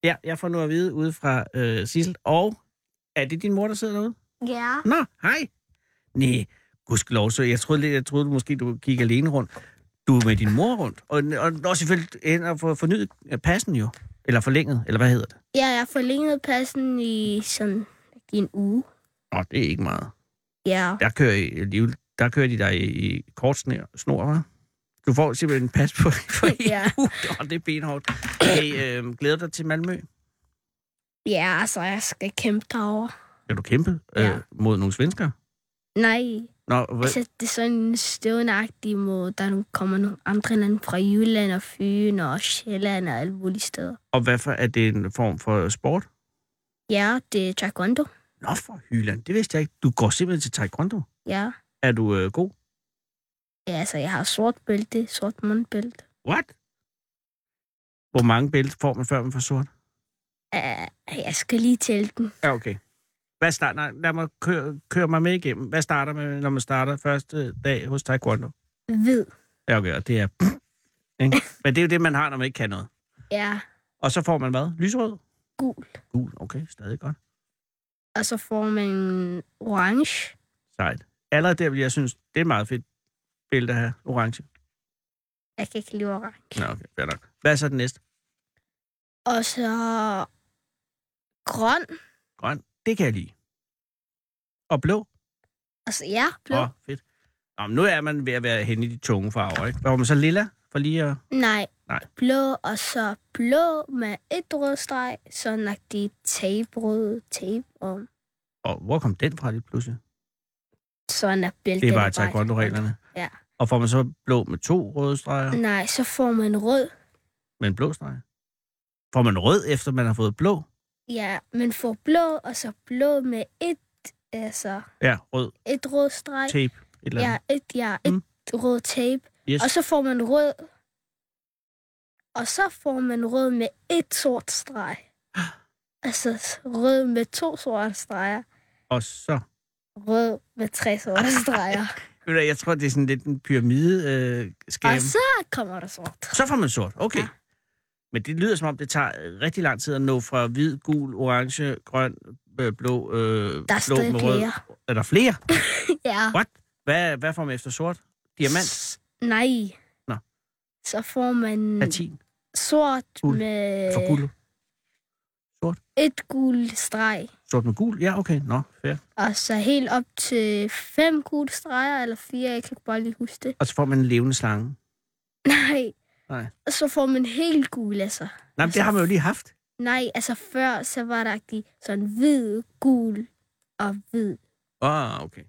Speaker 5: Ja, jeg får nu at vide ude fra øh, Sissel. Og er det din mor, der sidder derude?
Speaker 6: Ja.
Speaker 5: Nå, hej. Nej, gudskelov, så jeg troede, lidt- jeg troede du måske, du gik alene rundt. Du er med din mor rundt. Og, og, og selvfølgelig hen og få fornyet øh, passen jo. Eller forlænget, eller hvad hedder det?
Speaker 6: Ja, jeg forlængede passen i sådan i en uge.
Speaker 5: Nå, det er ikke meget.
Speaker 6: Ja,
Speaker 5: Der kører, I, alligevel- der kører de dig i, i kort snor, snor, hva'? Du får simpelthen en pas på for
Speaker 6: Ja.
Speaker 5: ja. og det er benhårdt. Hey, øh, glæder dig til Malmø.
Speaker 6: ja altså, jeg skal kæmpe derovre.
Speaker 5: Vil du kæmpe
Speaker 6: Ja.
Speaker 5: øh, mod nogle svensker?
Speaker 6: Nej,
Speaker 5: Nå, hvad?
Speaker 6: altså, det er sådan støvnagtigt mod, der nu kommer nogle andre lande fra Jylland og Fyn og Sjælland og alle mulige steder.
Speaker 5: og hvad for, er det en form for sport?
Speaker 6: Ja, det er taekwondo.
Speaker 5: Nå for hyland, det vidste jeg ikke. Du går simpelthen til taekwondo.
Speaker 6: Ja,
Speaker 5: Er du øh, god?
Speaker 6: ja altså, jeg har sort bælte, sort mundbælte.
Speaker 5: What? Hvor mange bælter får man, før man får sort?
Speaker 6: Uh, jeg skal lige tælle den.
Speaker 5: Ja, okay. Hvad starter? Nej, lad mig køre, køre mig med igennem. Hvad starter man, når man starter første dag hos Taekwondo?
Speaker 6: Hvid.
Speaker 5: Ja, okay, og det er... Ikke? Men det er jo det, man har, når man ikke kan noget.
Speaker 6: Ja,
Speaker 5: Og så får man hvad? Lysrød?
Speaker 6: gul.
Speaker 5: Gul, okay, stadig godt.
Speaker 6: Og så får man orange.
Speaker 5: Sejt. Allerede der vil jeg synes, det er meget fedt billede her. Orange.
Speaker 6: Jeg kan ikke lide orange.
Speaker 5: Nå, okay, fair nok. Hvad er så det næste?
Speaker 6: Og så grøn.
Speaker 5: Grøn. Det kan jeg lide. Og blå.
Speaker 6: Altså, ja, blå.
Speaker 5: Åh, fedt. Nå, men nu er man ved at være henne i de tunge farver, ikke? Var man så lilla? For lige at...
Speaker 6: Nej.
Speaker 5: Nej.
Speaker 6: Blå, og så blå med et rød streg, så nok det tape, rød tape om.
Speaker 5: Og hvor kom den fra lige pludselig?
Speaker 6: Sådan er bæltet.
Speaker 5: Det var
Speaker 6: bare
Speaker 5: taekwondo-reglerne.
Speaker 6: Ja.
Speaker 5: Og får man så blå med to røde streger,
Speaker 6: Nej, så får man rød.
Speaker 5: med en blå streg? Får man rød, efter man har fået blå?
Speaker 6: Ja, men får blå, og så blå med et, altså
Speaker 5: Ja, rød
Speaker 6: et rød streg.
Speaker 5: tape. Et eller
Speaker 6: Ja,
Speaker 5: andet.
Speaker 6: et, ja, et
Speaker 5: Mm.
Speaker 6: rød tape.
Speaker 5: Yes.
Speaker 6: Og så får man rød. Og så får man rød med et sort streg. Altså rød med to sorte streger.
Speaker 5: Og så...
Speaker 6: Rød med tre sorte streger.
Speaker 5: Ved du hvad, Jeg tror, det er sådan lidt en pyramide øh, skam.
Speaker 6: Og så kommer der sort.
Speaker 5: så får man sort, okay.
Speaker 6: Ja.
Speaker 5: Men det lyder som om, det tager øh, rigtig lang tid at nå fra hvid, gul, orange, grøn, øh, blå, øh,
Speaker 6: Der er
Speaker 5: blå
Speaker 6: stadig
Speaker 5: med rød.
Speaker 6: flere.
Speaker 5: Er der flere?
Speaker 6: Ja.
Speaker 5: What? Hvad, hvad får man efter sort? Diamant?
Speaker 6: S- Nej.
Speaker 5: Nå.
Speaker 6: Så får man
Speaker 5: Platin?
Speaker 6: sort
Speaker 5: Guld.
Speaker 6: med
Speaker 5: For guld?
Speaker 6: et gul streg.
Speaker 5: Sort med gul? Ja, okay. Nå, fair.
Speaker 6: Og så helt op til fem gule streger, eller fire, jeg kan ikke bare lige huske det.
Speaker 5: Og så får man en levende slange.
Speaker 6: Nej.
Speaker 5: Nej.
Speaker 6: Og så får man helt gul, altså.
Speaker 5: Nej, men det har man jo lige haft.
Speaker 6: Nej, altså før, så var der de sådan hvid, gul og hvid.
Speaker 5: Ah, okay.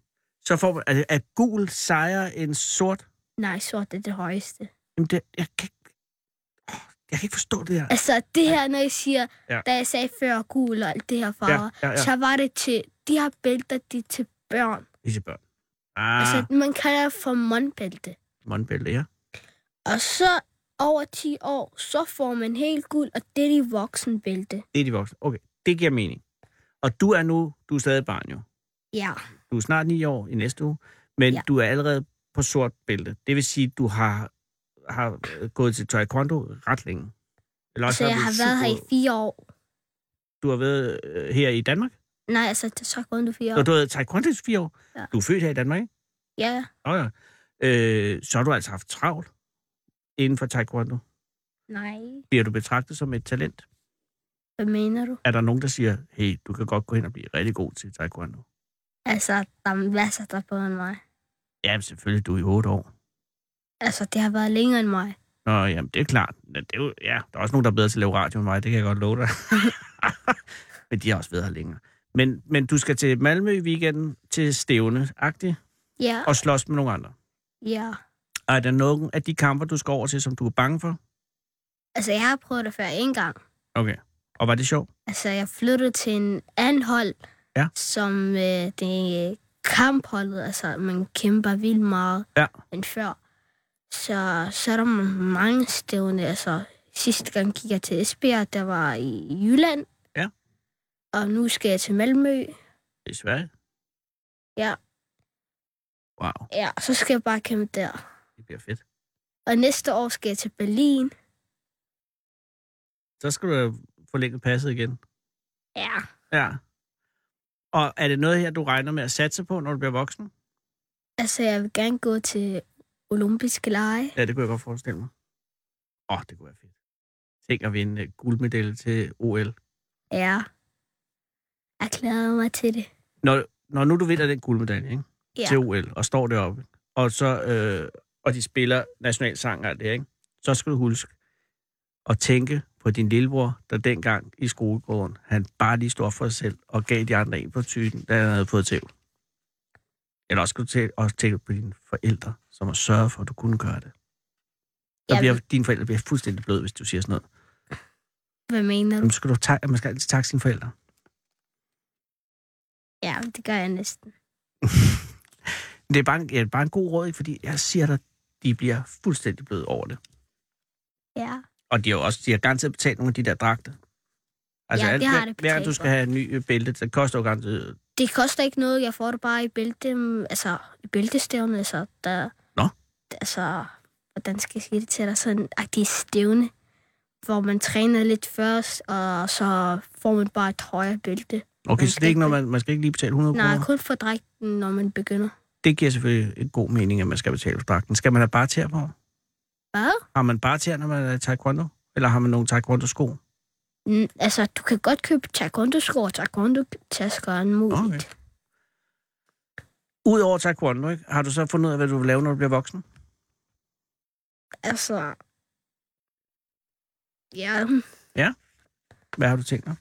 Speaker 5: Så får man... Er, er gul sejre en sort?
Speaker 6: Nej, sort er det højeste.
Speaker 5: Jamen, det, jeg, kan ikke, jeg kan ikke forstå det her.
Speaker 6: Altså det her, når jeg siger,
Speaker 5: Ja.
Speaker 6: ja. da jeg sagde før gul og alt det her farver,
Speaker 5: Ja, ja, ja.
Speaker 6: så var det til, de her bælter, de er til børn.
Speaker 5: Lige til børn.
Speaker 6: Ah.
Speaker 5: Ah, altså,
Speaker 6: Altså man kalder det for mundbælte.
Speaker 5: måndbælte, Ah, ja.
Speaker 6: Og så over 10 år, så får man helt gul, og det er de voksenbælte.
Speaker 5: Det er de voksne. Okay, det giver mening. Og du er nu, du er stadig barn jo.
Speaker 6: Ja,
Speaker 5: Du er snart ni år i næste uge, men ja.
Speaker 6: Ja.
Speaker 5: du er allerede på sort bælte. Det vil sige, du har, har øh, gået til taekwondo ret længe. Eller
Speaker 6: så Altså, jeg
Speaker 5: du
Speaker 6: har
Speaker 5: super-
Speaker 6: været her i fire år.
Speaker 5: Du har været øh, her i Danmark?
Speaker 6: Nej, altså det er så kun du fire
Speaker 5: Når
Speaker 6: år.
Speaker 5: du har været taekwondo i fire år?
Speaker 6: Ja.
Speaker 5: Du er født her i Danmark, ikke?
Speaker 6: Ja,
Speaker 5: Nå ja. Øh, så har du altså haft travlt inden for taekwondo.
Speaker 6: nej.
Speaker 5: Bliver du betragtet som et talent?
Speaker 6: Hvad mener du?
Speaker 5: Er der nogen, der siger, hey, du kan godt gå hen og blive rigtig god til taekwondo?
Speaker 6: Altså, der er masser, der er bedre end mig.
Speaker 5: Ja, selvfølgelig, du er i otte år.
Speaker 6: Altså, det har været længere end mig.
Speaker 5: Nå, jamen, det er klart. Men Det er jo, ja, der er også nogen, der er bedre til at lave radio end mig, det kan jeg godt love dig. men de har også været her længere. Men, men du skal til Malmø i weekenden til stævne agtigt
Speaker 6: Ja,
Speaker 5: og slås med nogle andre.
Speaker 6: ja.
Speaker 5: Er der nogen af de kamper, du skal over til, som du er bange for?
Speaker 6: Altså, jeg har prøvet det før en gang.
Speaker 5: Okay. Og var det sjovt?
Speaker 6: Altså, jeg flyttede til en anden hold,
Speaker 5: Ja.
Speaker 6: som øh, det er kampholdet. Altså, man kæmper vildt meget
Speaker 5: Ja.
Speaker 6: end før. Så, så er der mange stævne. Altså, sidste gang gik jeg til Esbjerg, der var i Jylland.
Speaker 5: Ja.
Speaker 6: Og nu skal jeg til Malmø.
Speaker 5: Det er svært.
Speaker 6: Ja.
Speaker 5: Wow,
Speaker 6: Ja, så skal jeg bare kæmpe der.
Speaker 5: det bliver fedt.
Speaker 6: Og næste år skal jeg til Berlin.
Speaker 5: Så skal du have forlænget passet igen.
Speaker 6: Ja.
Speaker 5: Ja. Og er det noget her, du regner med at satse på, når du bliver voksen?
Speaker 6: Altså, jeg vil gerne gå til olympiske lege.
Speaker 5: Ja, det kunne jeg godt forestille mig. Åh, oh, det kunne være fedt. Tænk at vinde øh, guldmedalje til OL.
Speaker 6: Ja. Jeg glæder mig til det.
Speaker 5: Når, når nu du vinder den guldmedalje ikke?
Speaker 6: Ja.
Speaker 5: til OL, og står deroppe, og, så, øh, og de spiller nationalsang og alt det, ikke? så skal du huske at tænke på din lillebror, der dengang i skolegården, han bare lige stod op for sig selv og gav de andre en på tyden, da han havde fået tæv. Eller også skal du tæ- også tænke på dine forældre, som har sørget for, at du kunne gøre det. Så
Speaker 6: Jeg
Speaker 5: bliver,
Speaker 6: ved-
Speaker 5: dine forældre bliver fuldstændig bløde, hvis du siger sådan noget.
Speaker 6: Hvad mener du?
Speaker 5: Jamen, skal du ta- man skal altid takke sine forældre.
Speaker 6: Ja, det gør jeg næsten.
Speaker 5: Det er bare en, ja, bare en god råd, ikke? fordi jeg siger dig, de bliver fuldstændig bløde over det.
Speaker 6: Ja.
Speaker 5: Og de har jo også de har garanteret betalt nogle af de der dragter. Altså,
Speaker 6: Ja, det
Speaker 5: hver- hver,
Speaker 6: har det
Speaker 5: gang
Speaker 6: betalt
Speaker 5: du
Speaker 6: for.
Speaker 5: skal have en ny øh, bælte, så koster jo garanteret...
Speaker 6: Det koster ikke noget. Jeg får det bare i bælte, altså i bæltestævne, altså der...
Speaker 5: Nå.
Speaker 6: Altså, hvordan skal jeg sige det til dig? Sådan agtig stævne, hvor man træner lidt først, og så får man bare et højere bælte.
Speaker 5: Okay,
Speaker 6: Man
Speaker 5: så
Speaker 6: skal
Speaker 5: det er ikke,
Speaker 6: ikke
Speaker 5: når man, man skal ikke lige betale 100
Speaker 6: Nej,
Speaker 5: kroner.
Speaker 6: kun for drægten, når man begynder.
Speaker 5: Det giver selvfølgelig en god mening, at man skal betale for dragten. Skal man have bare tæer på?
Speaker 6: Hvad?
Speaker 5: Har man bare tæer, når man er i taekwondo? Eller har man nogle taekwondo-sko?
Speaker 6: Mm, altså, du kan godt købe taekwondo-sko og taekwondo-tasker og alt muligt.
Speaker 5: Okay. Udover taekwondo, ikke? har du så fundet ud af, hvad du vil lave, når du bliver voksen?
Speaker 6: Altså... Ja,
Speaker 5: Hvad har du tænkt dig?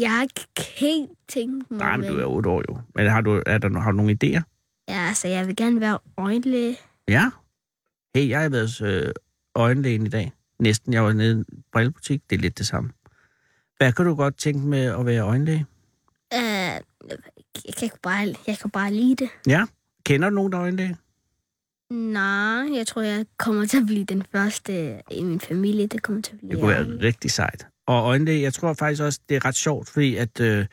Speaker 6: jeg har ikke helt tænkt mig...
Speaker 5: Nej, men
Speaker 6: hvad-
Speaker 5: du er 8 år jo. Men har du, er der, har du nogle idéer?
Speaker 6: Ja, altså, jeg vil gerne være øjenlæge.
Speaker 5: Ja. Hey, jeg har været hos øh, øjenlægen i dag. Næsten. Jeg var nede i en brillebutik. Det er lidt det samme. Hvad kan du godt tænke med at være øjenlæge?
Speaker 6: Uh, jeg, kan ikke bare, jeg kan bare lide det.
Speaker 5: Kender du nogen, der er øjenlæge?
Speaker 6: Nej, jeg tror, jeg kommer til at blive den første i min familie. Det kommer til at blive...
Speaker 5: Det kunne
Speaker 6: jeg.
Speaker 5: være rigtig sejt. Og øjenlæge, jeg tror faktisk også, det er ret sjovt, fordi at, øh,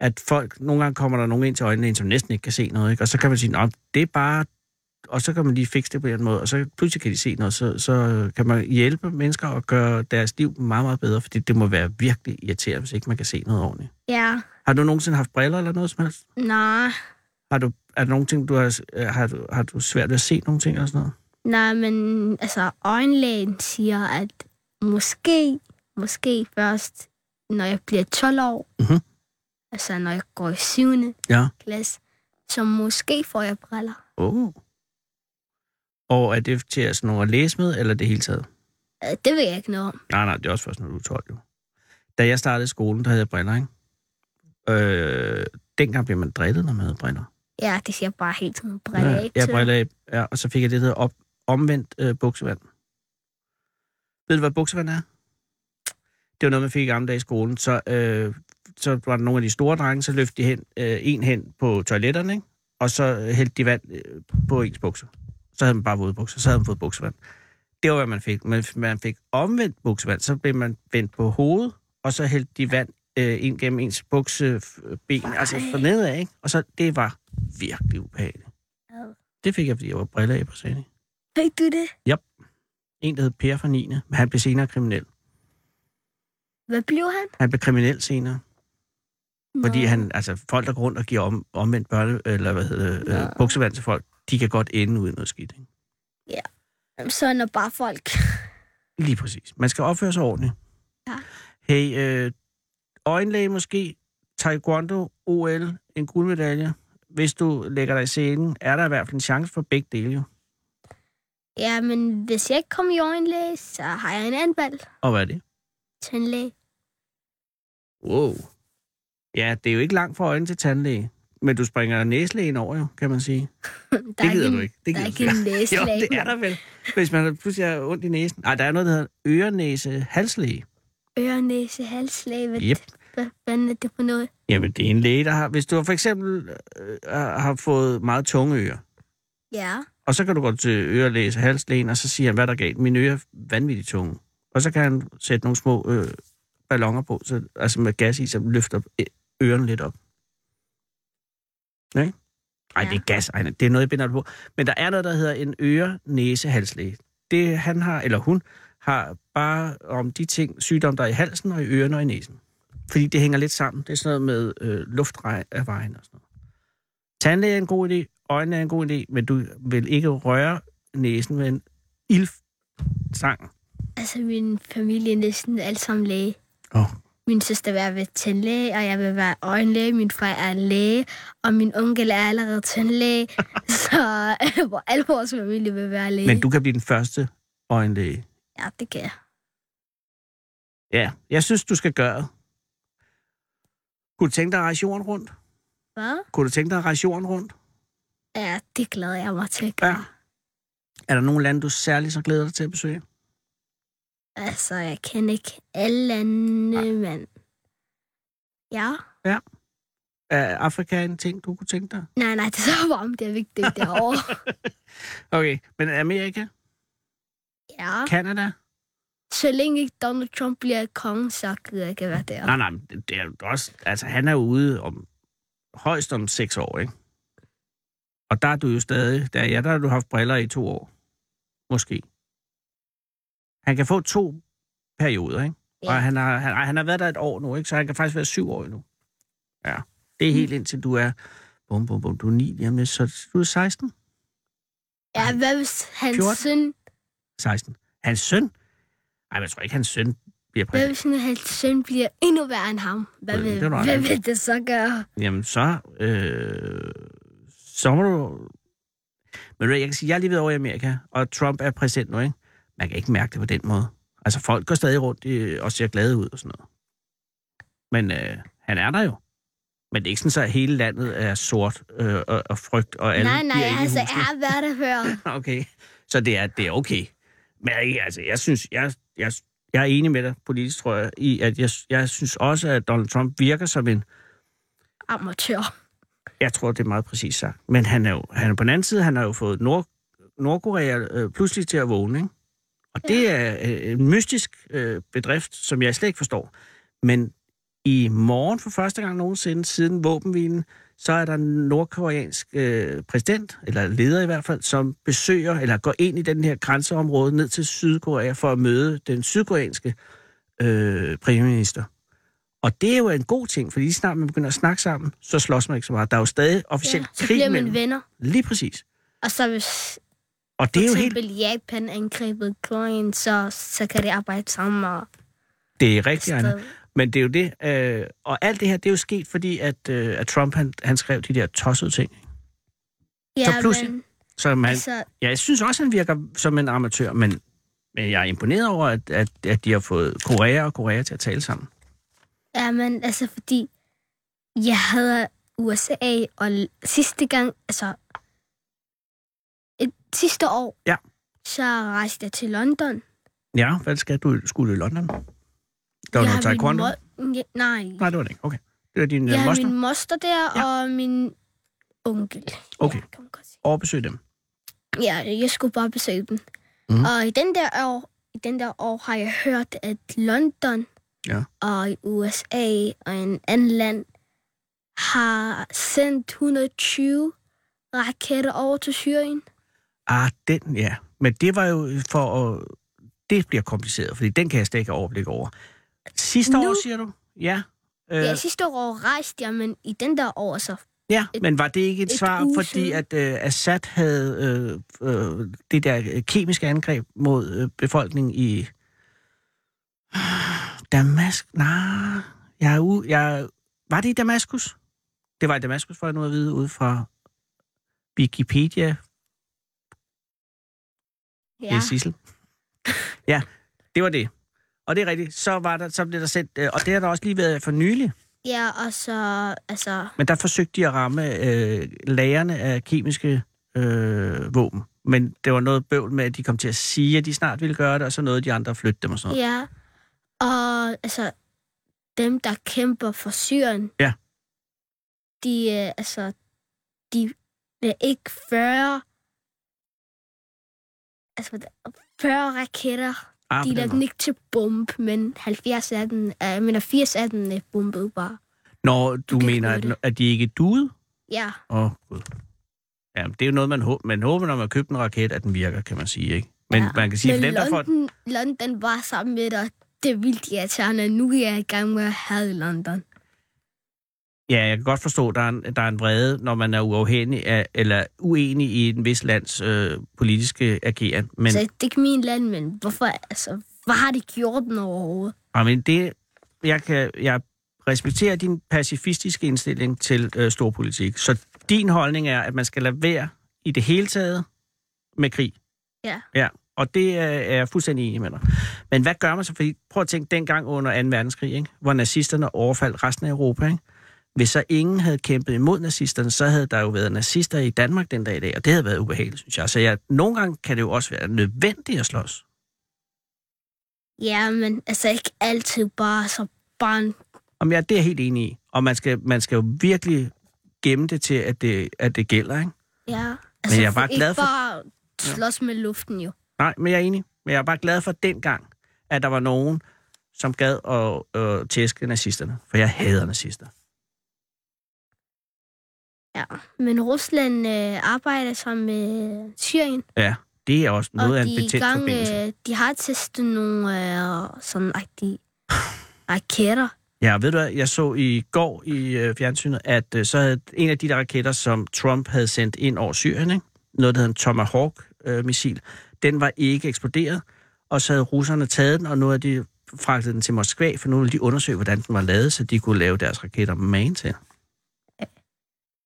Speaker 5: at folk, nogle gange kommer der nogen ind til øjenlægen, som næsten ikke kan se noget, ikke? og så kan man sige, at det er bare og så kan man lige fikse det på den måde, og så pludselig kan de se noget, så, så øh, kan man hjælpe mennesker og gøre deres liv meget, meget bedre, fordi det må være virkelig irriterende, hvis ikke man kan se noget ordentligt.
Speaker 6: Ja,
Speaker 5: Har du nogensinde haft briller eller noget som helst?
Speaker 6: nej.
Speaker 5: Har du, er der nogle ting, du har, øh, har, du, har du svært ved at se nogle ting eller sådan noget?
Speaker 6: Nej, men altså, øjenlægen siger, at måske, måske først, når jeg bliver 12 år,
Speaker 5: Mhm.
Speaker 6: altså når jeg går i 7.
Speaker 5: Ja.
Speaker 6: klasse, så måske får jeg briller.
Speaker 5: Oh. Og er det til at, sådan nogle at læse med, eller det hele taget?
Speaker 6: Øh, Det ved jeg ikke noget om.
Speaker 5: Nej, nej, det er også først, når du er 12, jo. Da jeg startede i skolen, der havde jeg briller, ikke? Øh, dengang blev man drillet, når man havde briller.
Speaker 6: Ja, det siger bare helt sådan briller.
Speaker 5: ja,
Speaker 6: ikke
Speaker 5: jeg
Speaker 6: til?
Speaker 5: briller af, ja, og så fik jeg det, der hedder op, omvendt øh, buksevand. Ved du, hvad buksevand er? Det var noget, man fik i gamle dage i skolen. Så, øh, så var der nogle af de store drenge, så løftede de hen, øh, en hen på toiletterne, ikke? og så øh, hældte de vand øh, på ens bukser. Så havde man bare våde bukser, så havde man fået buksevand. Det var, hvad man fik. Men man fik omvendt buksevand, så blev man vendt på hovedet, og så hældte de vand øh, ind gennem ens bukseben, altså fra nedad, ikke? Og så, det var virkelig ubehageligt. Det fik jeg, fordi jeg var briller af på scenen.
Speaker 6: Fik øh, du det?
Speaker 5: En, der hed Per fra 9. Men han blev senere kriminel.
Speaker 6: Hvad blev han?
Speaker 5: Han blev kriminel senere. Fordi
Speaker 6: Nå.
Speaker 5: han, altså, folk, der går rundt og giver om, omvendt børne, eller hvad hedder det, øh,
Speaker 6: Nå.
Speaker 5: buksevand til folk, de kan godt ende uden noget skidt. Ikke?
Speaker 6: Sådan er bare folk.
Speaker 5: Lige præcis. Man skal opføre sig ordentligt.
Speaker 6: Ja.
Speaker 5: Hey, øh, øjenlæge måske, taekwondo, OL, en guldmedalje. Hvis du lægger dig i scenen, er der i hvert fald en chance for begge dele. Jo.
Speaker 6: Ja, men hvis jeg ikke kommer i øjenlæge, så har jeg en anbald
Speaker 5: Og hvad er det?
Speaker 6: til en læge.
Speaker 5: Wow. Ja, det er jo ikke langt fra øjnene til tandlæge. Men du springer næslægen over jo, kan man sige.
Speaker 6: Der
Speaker 5: gider
Speaker 6: ikke
Speaker 5: du ikke. Det
Speaker 6: der er
Speaker 5: gider du
Speaker 6: ikke en
Speaker 5: jo,
Speaker 6: lægeslag.
Speaker 5: det er der vel. Hvis man pludselig har ondt i næsen. Nej, der er noget, der hedder ørenæse halslæge.
Speaker 6: Øre, næse, halslæge. Hvad,
Speaker 5: Yep.
Speaker 6: hvad, hvad er det for noget?
Speaker 5: Jamen, det er en læge, der har... Hvis du for eksempel øh, har har fået meget tunge ører,
Speaker 6: Ja,
Speaker 5: og så kan du gå til ørelæge halslægen, og så siger han, hvad er der er galt. Mine ører er vanvittigt tunge. Og så kan han sætte nogle små øh, ballonger på, så, altså med gas i, som løfter ø- ørerne lidt op. Nej? Ej, det er gas. Ej, det er noget, jeg binder det på. Men der er noget, der hedder en øre næse halslæge Det han har, eller hun, har bare om de ting, sygdomme, der er i halsen og i ørerne og i næsen. Fordi det hænger lidt sammen. Det er sådan noget med øh, luftvejen og sådan noget. Tandlæge er en god idé, øjnene er en god idé, men du vil ikke røre næsen med en ildstang.
Speaker 6: altså min familie er næsten alle sammen læge.
Speaker 5: Åh, oh,
Speaker 6: Min søster vil være ved tandlæge, og jeg vil være øjenlæge. Min far er læge, og min onkel er allerede tandlæge. så øh, hvor alle vores familie vil være læge.
Speaker 5: men du kan blive den første øjenlæge.
Speaker 6: Ja, det kan jeg.
Speaker 5: Ja, jeg synes, du skal gøre det. Kunne du tænke dig at rejse jorden rundt?
Speaker 6: Hvad?
Speaker 5: Kunne du tænke dig at rejse jorden rundt?
Speaker 6: Ja, det glæder jeg mig til at
Speaker 5: Ja.
Speaker 6: gøre.
Speaker 5: Er der nogle lande, du særligt så glæder dig til at besøge?
Speaker 6: Altså, jeg kender ikke alle lande, men... Ja.
Speaker 5: Er Afrika en ting, du kunne tænke dig?
Speaker 6: Nej, nej, det er så varmt, det er vigtigt derovre.
Speaker 5: Okay, men Amerika?
Speaker 6: ja.
Speaker 5: Kanada?
Speaker 6: Så længe ikke Donald Trump bliver konge, så gider jeg ikke være der.
Speaker 5: Nej, nej, men det er jo også... Altså, han er jo ude om... Højst om seks år, ikke? Og der er du jo stadig... Der, ja, der har du haft briller i to år. Måske. Han kan få to perioder, ikke? Ja.
Speaker 6: Ja.
Speaker 5: Og han har, han, ej, han har været der et år nu, ikke? Så han kan faktisk være syv år endnu. Ja. Det er helt indtil du er... Bum, bum, bum. Du er ni lige om lidt, så du er 16?
Speaker 6: Ja, hvad hvis hans
Speaker 5: 14?
Speaker 6: søn...
Speaker 5: 16. Hans søn? Ej, men jeg tror ikke, hans søn bliver
Speaker 6: Hvad
Speaker 5: præsident.
Speaker 6: hvis nu hans søn bliver endnu værre end ham? Hvad
Speaker 5: Øh,
Speaker 6: vil,
Speaker 5: det er nok
Speaker 6: hvad
Speaker 5: rigtigt.
Speaker 6: vil det så gøre?
Speaker 5: Jamen, så... Øh, så må du... Men ved du hvad, jeg kan sige, jeg har lige været over i Amerika, og Trump er præsident nu, ikke? Man kan ikke mærke det på den måde. Altså, folk går stadig rundt øh, og ser glade ud og sådan noget. Men øh, han er der jo. Men det er ikke sådan, så at hele landet er sort øh, og, og frygt, og alle
Speaker 6: nej,
Speaker 5: bliver inde
Speaker 6: nej,
Speaker 5: i
Speaker 6: altså, jeg
Speaker 5: husene.
Speaker 6: har været der før.
Speaker 5: Okay. Så det er, det er okay. Men ikke, altså, jeg synes, jeg, jeg, jeg er enig med dig politisk, tror jeg, i, at jeg, jeg synes også, at Donald Trump virker som en
Speaker 6: Amatør.
Speaker 5: Jeg tror, det er meget præcist sagt. Men han er jo han er på den anden side, han har jo fået Nord, Nordkorea øh, pludselig til at vågne. Ikke? Og det er øh, en mystisk øh, bedrift, som jeg slet ikke forstår. Men i morgen for første gang nogensinde, siden våbenhvilen, så er der en nordkoreansk øh, præsident, eller leder i hvert fald, som besøger, eller går ind i den her grænseområde ned til Sydkorea for at møde den sydkoreanske øh, premierminister. Og det er jo en god ting, fordi lige snart man begynder at snakke sammen, så slås man ikke så meget. Der er jo stadig officielt ja,
Speaker 6: så
Speaker 5: krig
Speaker 6: bliver man
Speaker 5: mellem.
Speaker 6: venner.
Speaker 5: Lige præcis.
Speaker 6: Og så hvis
Speaker 5: Og det
Speaker 6: for
Speaker 5: er jo helt
Speaker 6: eksempel Japan angrebet Korean, så, så kan de arbejde sammen og
Speaker 5: Det er rigtigt, Anna.
Speaker 6: Stadig.
Speaker 5: Men det er jo det. Øh, og alt det her, det er jo sket, fordi at, øh, at Trump han, han skrev de der tossede ting.
Speaker 6: Ja,
Speaker 5: Så pludselig-
Speaker 6: men,
Speaker 5: Så man, altså...
Speaker 6: altså,
Speaker 5: ja, jeg synes også, han virker som en amatør, men, men jeg er imponeret over, at, at, at de har fået Korea og Korea til at tale sammen.
Speaker 6: ja, men altså, fordi jeg havde USA, og l- sidste gang, altså, et, sidste år,
Speaker 5: Ja.
Speaker 6: så rejste jeg til London.
Speaker 5: Ja, hvad skal du skulle i London? Der var
Speaker 6: jeg
Speaker 5: noget
Speaker 6: har min
Speaker 5: taekwondo?
Speaker 6: mo- ja, nej,
Speaker 5: Nej, det var det ikke. Okay. Det var din øh,
Speaker 6: jeg
Speaker 5: ja,
Speaker 6: har
Speaker 5: moster.
Speaker 6: min moster der,
Speaker 5: Ja.
Speaker 6: ja. og min onkel.
Speaker 5: Okay.
Speaker 6: Ja, kan man godt sige.
Speaker 5: Over besøg dem.
Speaker 6: ja, jeg skulle bare besøge dem.
Speaker 5: Mhm.
Speaker 6: Mm. Og i den der år, i den der år har jeg hørt, at London
Speaker 5: Ja.
Speaker 6: og i USA og en anden land har sendt 120 raketter over til Syrien.
Speaker 5: Ah, den, ja. Men det var jo for at... Det bliver kompliceret, fordi den kan jeg slet ikke have overblik over. Sidste
Speaker 6: Nu?
Speaker 5: år, siger du? Ja.
Speaker 6: Øh.
Speaker 5: Øh,
Speaker 6: Ja, sidste år rejste jeg, men i den der år så...
Speaker 5: Ja,
Speaker 6: Et-
Speaker 5: men var det ikke et, et
Speaker 6: et
Speaker 5: svar,
Speaker 6: uge
Speaker 5: fordi
Speaker 6: siden.
Speaker 5: at øh, Assad havde øh, øh, det der øh, kemiske angreb mod øh, befolkningen i Damask? Nej, jeg er u... Jeg... Var det i Damaskus? Det var i Damaskus, får jeg nu at vide, ud fra Wikipedia. ja. i Sissel. Ja, det var det. Og det er rigtigt. Så, var der, så blev der sendt, øh, og det har der også lige været for nylig,
Speaker 6: Ja, og så, altså,
Speaker 5: men der forsøgte de at ramme øh, lagerne af kemiske øh, våben. Men det var noget bøvl med, at de kom til at sige, at de snart ville gøre det, og så nåede de andre at flytte dem og sådan noget.
Speaker 6: ja. Og altså, dem, der kæmper for Syrien,
Speaker 5: Ja.
Speaker 6: de, øh, altså, de er ikke 40, altså, hvad der- 40 raketter.
Speaker 5: Ah, på
Speaker 6: De
Speaker 5: den
Speaker 6: lavede
Speaker 5: måde.
Speaker 6: den ikke til bombe, men 70 af den, øh, jeg mener 80 af den er bombet bare.
Speaker 5: Når du
Speaker 6: kan ikke
Speaker 5: mener,
Speaker 6: nå
Speaker 5: at,
Speaker 6: det.
Speaker 5: at de ikke er duede?
Speaker 6: Ja,
Speaker 5: Åh, oh, gud. Ja, det er jo noget, man, håber, man håber, når man køber en raket, at den virker, kan man sige, ikke? Men
Speaker 6: Ja.
Speaker 5: ja. man kan sige, at
Speaker 6: men
Speaker 5: dem, der får...
Speaker 6: London, London var sammen med dig. Det er vildt irriterende. Nu er jeg i gang med at have London.
Speaker 5: Ja, jeg kan godt forstå, at der er en, der er en vrede, når man er uafhængig af, eller uenig i en vis lands øh, politiske ageren. Men,
Speaker 6: Men... Så Altså, det er ikke min land, men hvorfor, altså, hvad har de gjort den overhovedet?
Speaker 5: ah, men det, jeg, kan, jeg respekterer din pacifistiske indstilling til øh, storpolitik. Så din holdning er, at man skal lade være i det hele taget med krig.
Speaker 6: Ja.
Speaker 5: Ja, og det øh, er jeg fuldstændig enig med dig. Men hvad gør man så? Fordi, prøv at tænke dengang under 2. verdenskrig, ikke? hvor nazisterne overfaldt resten af Europa. Ikke? Hvis så ingen havde kæmpet imod nazisterne, så havde der jo været nazister i Danmark den dag i dag, og det havde været ubehageligt, synes jeg. Så jeg, nogle gange kan det jo også være nødvendigt at slås.
Speaker 6: Ja, men altså ikke altid bare så barn.
Speaker 5: Om jeg, det er jeg helt enig i. Og man skal, man skal jo virkelig gemme det til, at det, at det gælder. Ikke?
Speaker 6: Ja. Altså,
Speaker 5: jeg er bare
Speaker 6: ikke
Speaker 5: glad for-
Speaker 6: bare slås med luften jo.
Speaker 5: Nej, men jeg er enig. Men jeg er bare glad for dengang, at der var nogen, som gad at øh, tæske nazisterne. For jeg hader nazister.
Speaker 6: Ja. Men Rusland øh, arbejder sammen med øh, Syrien.
Speaker 5: Ja, det er også noget af
Speaker 6: og
Speaker 5: en
Speaker 6: de, er i
Speaker 5: betændt
Speaker 6: gang,
Speaker 5: forbindelse.
Speaker 6: øh, de har testet nogle øh, sådan rigtig raketter.
Speaker 5: Ja, ved du hvad, jeg så i går i øh, fjernsynet, at øh, så havde en af de der raketter, som Trump havde sendt ind over Syrien, ikke? noget der hed en Tomahawk-missil, den var ikke eksploderet, og så havde russerne taget den, og nu har de fragtet den til Moskva, for nu ville de undersøge, hvordan den var lavet, så de kunne lave deres raketter man til.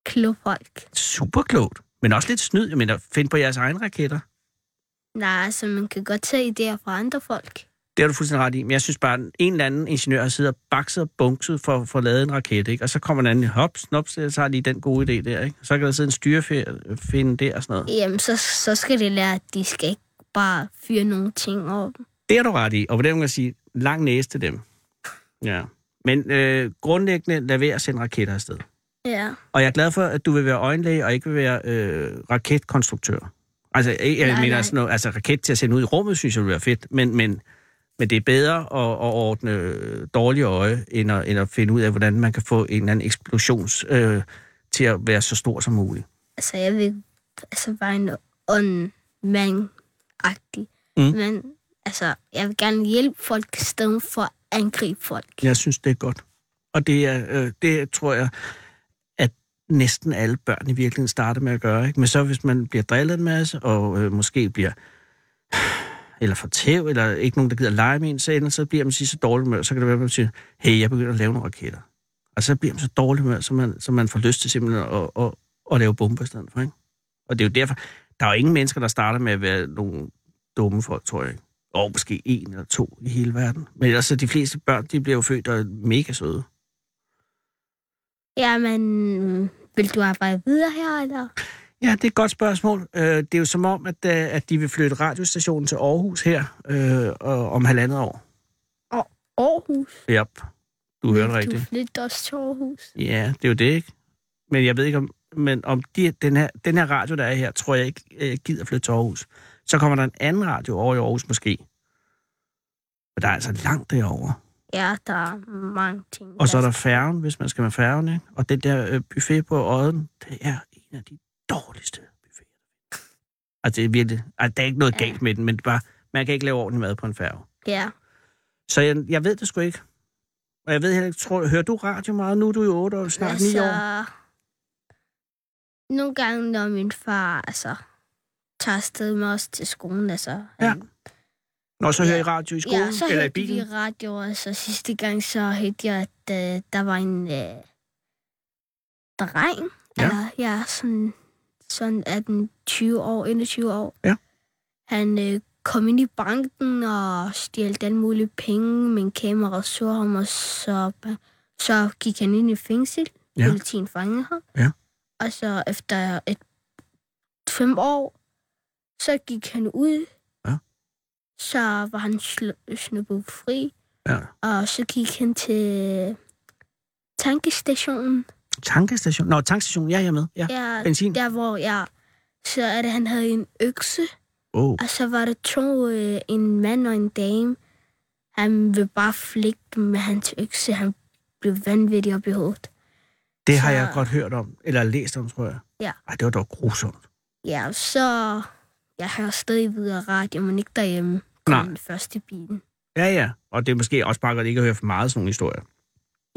Speaker 6: Klubfolk.
Speaker 5: Super klogt, men også lidt snyd. Jeg mener, find på jeres egne raketter.
Speaker 6: Nej, altså man kan godt tage idéer fra andre folk.
Speaker 5: Det har du fuldstændig ret i, men jeg synes bare, at en eller anden ingeniør har siddet og bakset og bunkset for at få lavet en raket, ikke? og så kommer en anden, hop, snop, så har lige den gode idé der, ikke? så kan der sidde en styrefinde der og sådan noget.
Speaker 6: Jamen, så, så skal de lære, at de skal ikke bare fyre nogle ting over dem.
Speaker 5: Det har du ret i, og på den måde kan jeg sige, lang næse til dem. Ja. Men øh, grundlæggende, lad være at sende raketter afsted.
Speaker 6: Ja.
Speaker 5: Og jeg er glad for, at du vil være øjenlæge og ikke vil være øh, raketkonstruktør. Altså, jeg, jeg
Speaker 6: Nej,
Speaker 5: mener,
Speaker 6: nej.
Speaker 5: Sådan noget, altså raket til at sende ud i rummet, synes jeg ville være fedt, men, men, men det er bedre at, at ordne øh, dårlige øje, end at, end at finde ud af, hvordan man kan få en eller anden eksplosions øh, til at være så stor som muligt.
Speaker 6: Altså, jeg vil altså være en ond mand agtig
Speaker 5: Mm.
Speaker 6: mm. Men altså, jeg vil gerne hjælpe folk i stedet for at angribe folk.
Speaker 5: Jeg synes, det er godt. Og det, er, øh, det tror jeg, at næsten alle børn i virkeligheden starter med at gøre. Ikke? Men så hvis man bliver drillet en masse, og øh, måske bliver eller for tæv, eller ikke nogen, der gider lege med en, så, ender, så bliver man sige så dårlig humør, så kan det være, at man siger, hey, jeg begynder at lave nogle raketter. Og så bliver man så dårlig humør, så man, så man får lyst til simpelthen at, at, at, at lave bomber i stedet for. Ikke? Og det er jo derfor, der er jo ingen mennesker, der starter med at være nogle dumme folk, tror jeg. ikke. Og måske en eller to i hele verden. Men ellers så de fleste børn, de bliver jo født og er mega søde.
Speaker 6: Ja, men mm, vil du arbejde videre her, eller?
Speaker 5: Ja, det er et godt spørgsmål. Øh, Det er jo som om, at, øh, at de vil flytte radiostationen til Aarhus her øh, og- om halvandet år.
Speaker 6: Aarhus.
Speaker 5: Yep. Du hører det
Speaker 6: Du
Speaker 5: rigtigt.
Speaker 6: flytter også til Aarhus.
Speaker 5: Ja, det er jo det, ikke? Men jeg ved ikke, om, men om de, den, her, den her radio, der er her, tror jeg ikke øh, gider flytte til Aarhus. Så kommer der en anden radio over i Aarhus måske. Men der er altså langt derovre.
Speaker 6: Ja, der er mange ting. Altså,
Speaker 5: Og så er
Speaker 6: der-
Speaker 5: der færgen, hvis man skal med færgen, ikke? Og den der øh, buffet på Odden, det er en af de dårligste buffeter. Altså, det er virkelig... Altså, der er ikke noget
Speaker 6: Ja.
Speaker 5: galt med den, men det er bare, man kan ikke lave ordentlig mad på en færge.
Speaker 6: Ja.
Speaker 5: Så jeg, jeg ved det sgu ikke. Og jeg ved heller ikke, tror, hører du radio meget? Nu er du jo 8 år, snart 9 år.
Speaker 6: altså, Nogle gange, når min far altså, tager afsted med os til skolen, altså...
Speaker 5: Ja,
Speaker 6: øhm,
Speaker 5: Nå, så hører
Speaker 6: ja.
Speaker 5: I radio i skolen
Speaker 6: ja, så
Speaker 5: eller i
Speaker 6: hørte vi
Speaker 5: bilen.
Speaker 6: radio, og så sidste gang, så hørte jeg, at øh, der var en øh, dreng,
Speaker 5: Ja.
Speaker 6: eller ja, sådan, sådan 18, 20 år, 21 år,
Speaker 5: Ja.
Speaker 6: Han øh, kom ind i banken og stjal alle mulige penge, men kameraet så ham, og så, så gik han ind i fængsel.
Speaker 5: Ja.
Speaker 6: Ja. Politien fangede ham.
Speaker 5: Ja.
Speaker 6: Og så efter et fem år, så gik han ud.
Speaker 5: Ja.
Speaker 6: Så var han sl- snuppet fri,
Speaker 5: Ja.
Speaker 6: og så gik han til tankestationen.
Speaker 5: Tankestation? Nå, tankstation, ja, jeg er med. Ja.
Speaker 6: Ja,
Speaker 5: Benzin?
Speaker 6: der hvor jeg... Så er det, han havde en økse,
Speaker 5: Oh.
Speaker 6: og så var der to, øh, en mand og en dame. Han ville bare flikke dem med hans økse. Han blev vanvittig op i hovedet.
Speaker 5: Det har jeg
Speaker 6: så-
Speaker 5: godt hørt om, eller læst om, tror jeg.
Speaker 6: Ja.
Speaker 5: Ej, det var dog grusomt.
Speaker 6: Ja, og så... Jeg hører stadig videre radio, men ikke derhjemme.
Speaker 5: Nej.
Speaker 6: Kun først i bilen.
Speaker 5: Ja, ja. Og det er måske også bare godt ikke at høre for meget sådan nogle historier.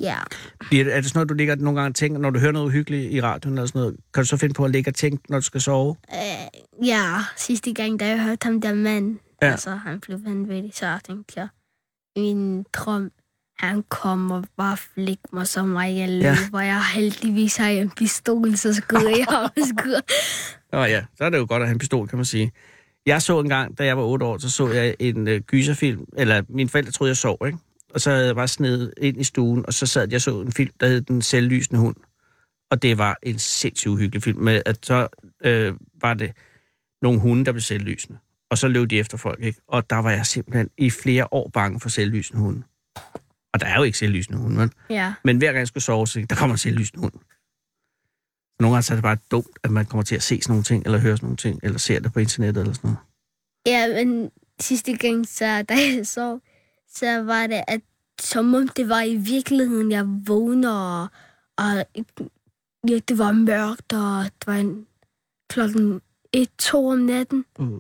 Speaker 6: Ja.
Speaker 5: Bliver det- Er det sådan noget, du ligger nogle gange og tænker, når du hører noget uhyggeligt i radioen eller sådan noget, kan du så finde på at ligge og tænke, når du skal sove?
Speaker 6: Øh, ja, sidste gang, da jeg hørte ham der mand,
Speaker 5: Ja.
Speaker 6: ja. altså han blev vanvittig, så tænkte jeg, min drøm, han kom og bare flik mig så meget, jeg
Speaker 5: Ja.
Speaker 6: ja. løber. Jeg heldigvis har jeg en pistol, så skød jeg ham og skød.
Speaker 5: Nå ja, så er det jo godt at have en pistol, kan man sige. Jeg så en gang, da jeg var 8 år, så så jeg en øh, gyserfilm, eller mine forældre troede, jeg sov, ikke? Og så havde jeg bare snedet ind i stuen, og så sad jeg og så en film, der hed Den selvlysende hund. Og det var en sindssygt uhyggelig film, med at så øh, var det nogle hunde, der blev selvlysende. Og så løb de efter folk, ikke? Og der var jeg simpelthen i flere år bange for selvlysende hunde. Og der er jo ikke selvlysende hunde, vel?
Speaker 6: Ja,
Speaker 5: Men hver gang jeg skulle sove, så tænkte jeg, der kommer en selvlysende hund. Nogle gange så er det bare dumt, at man kommer til at se sådan nogle ting, eller høre sådan nogle ting, eller ser det på internettet eller sådan noget.
Speaker 6: ja men sidste gang, så, da jeg sov, så var det, at som om det var i virkeligheden, jeg vågner, og, og ja, det var mørkt, og det var en, klokken 1-2 om natten.
Speaker 5: Uh.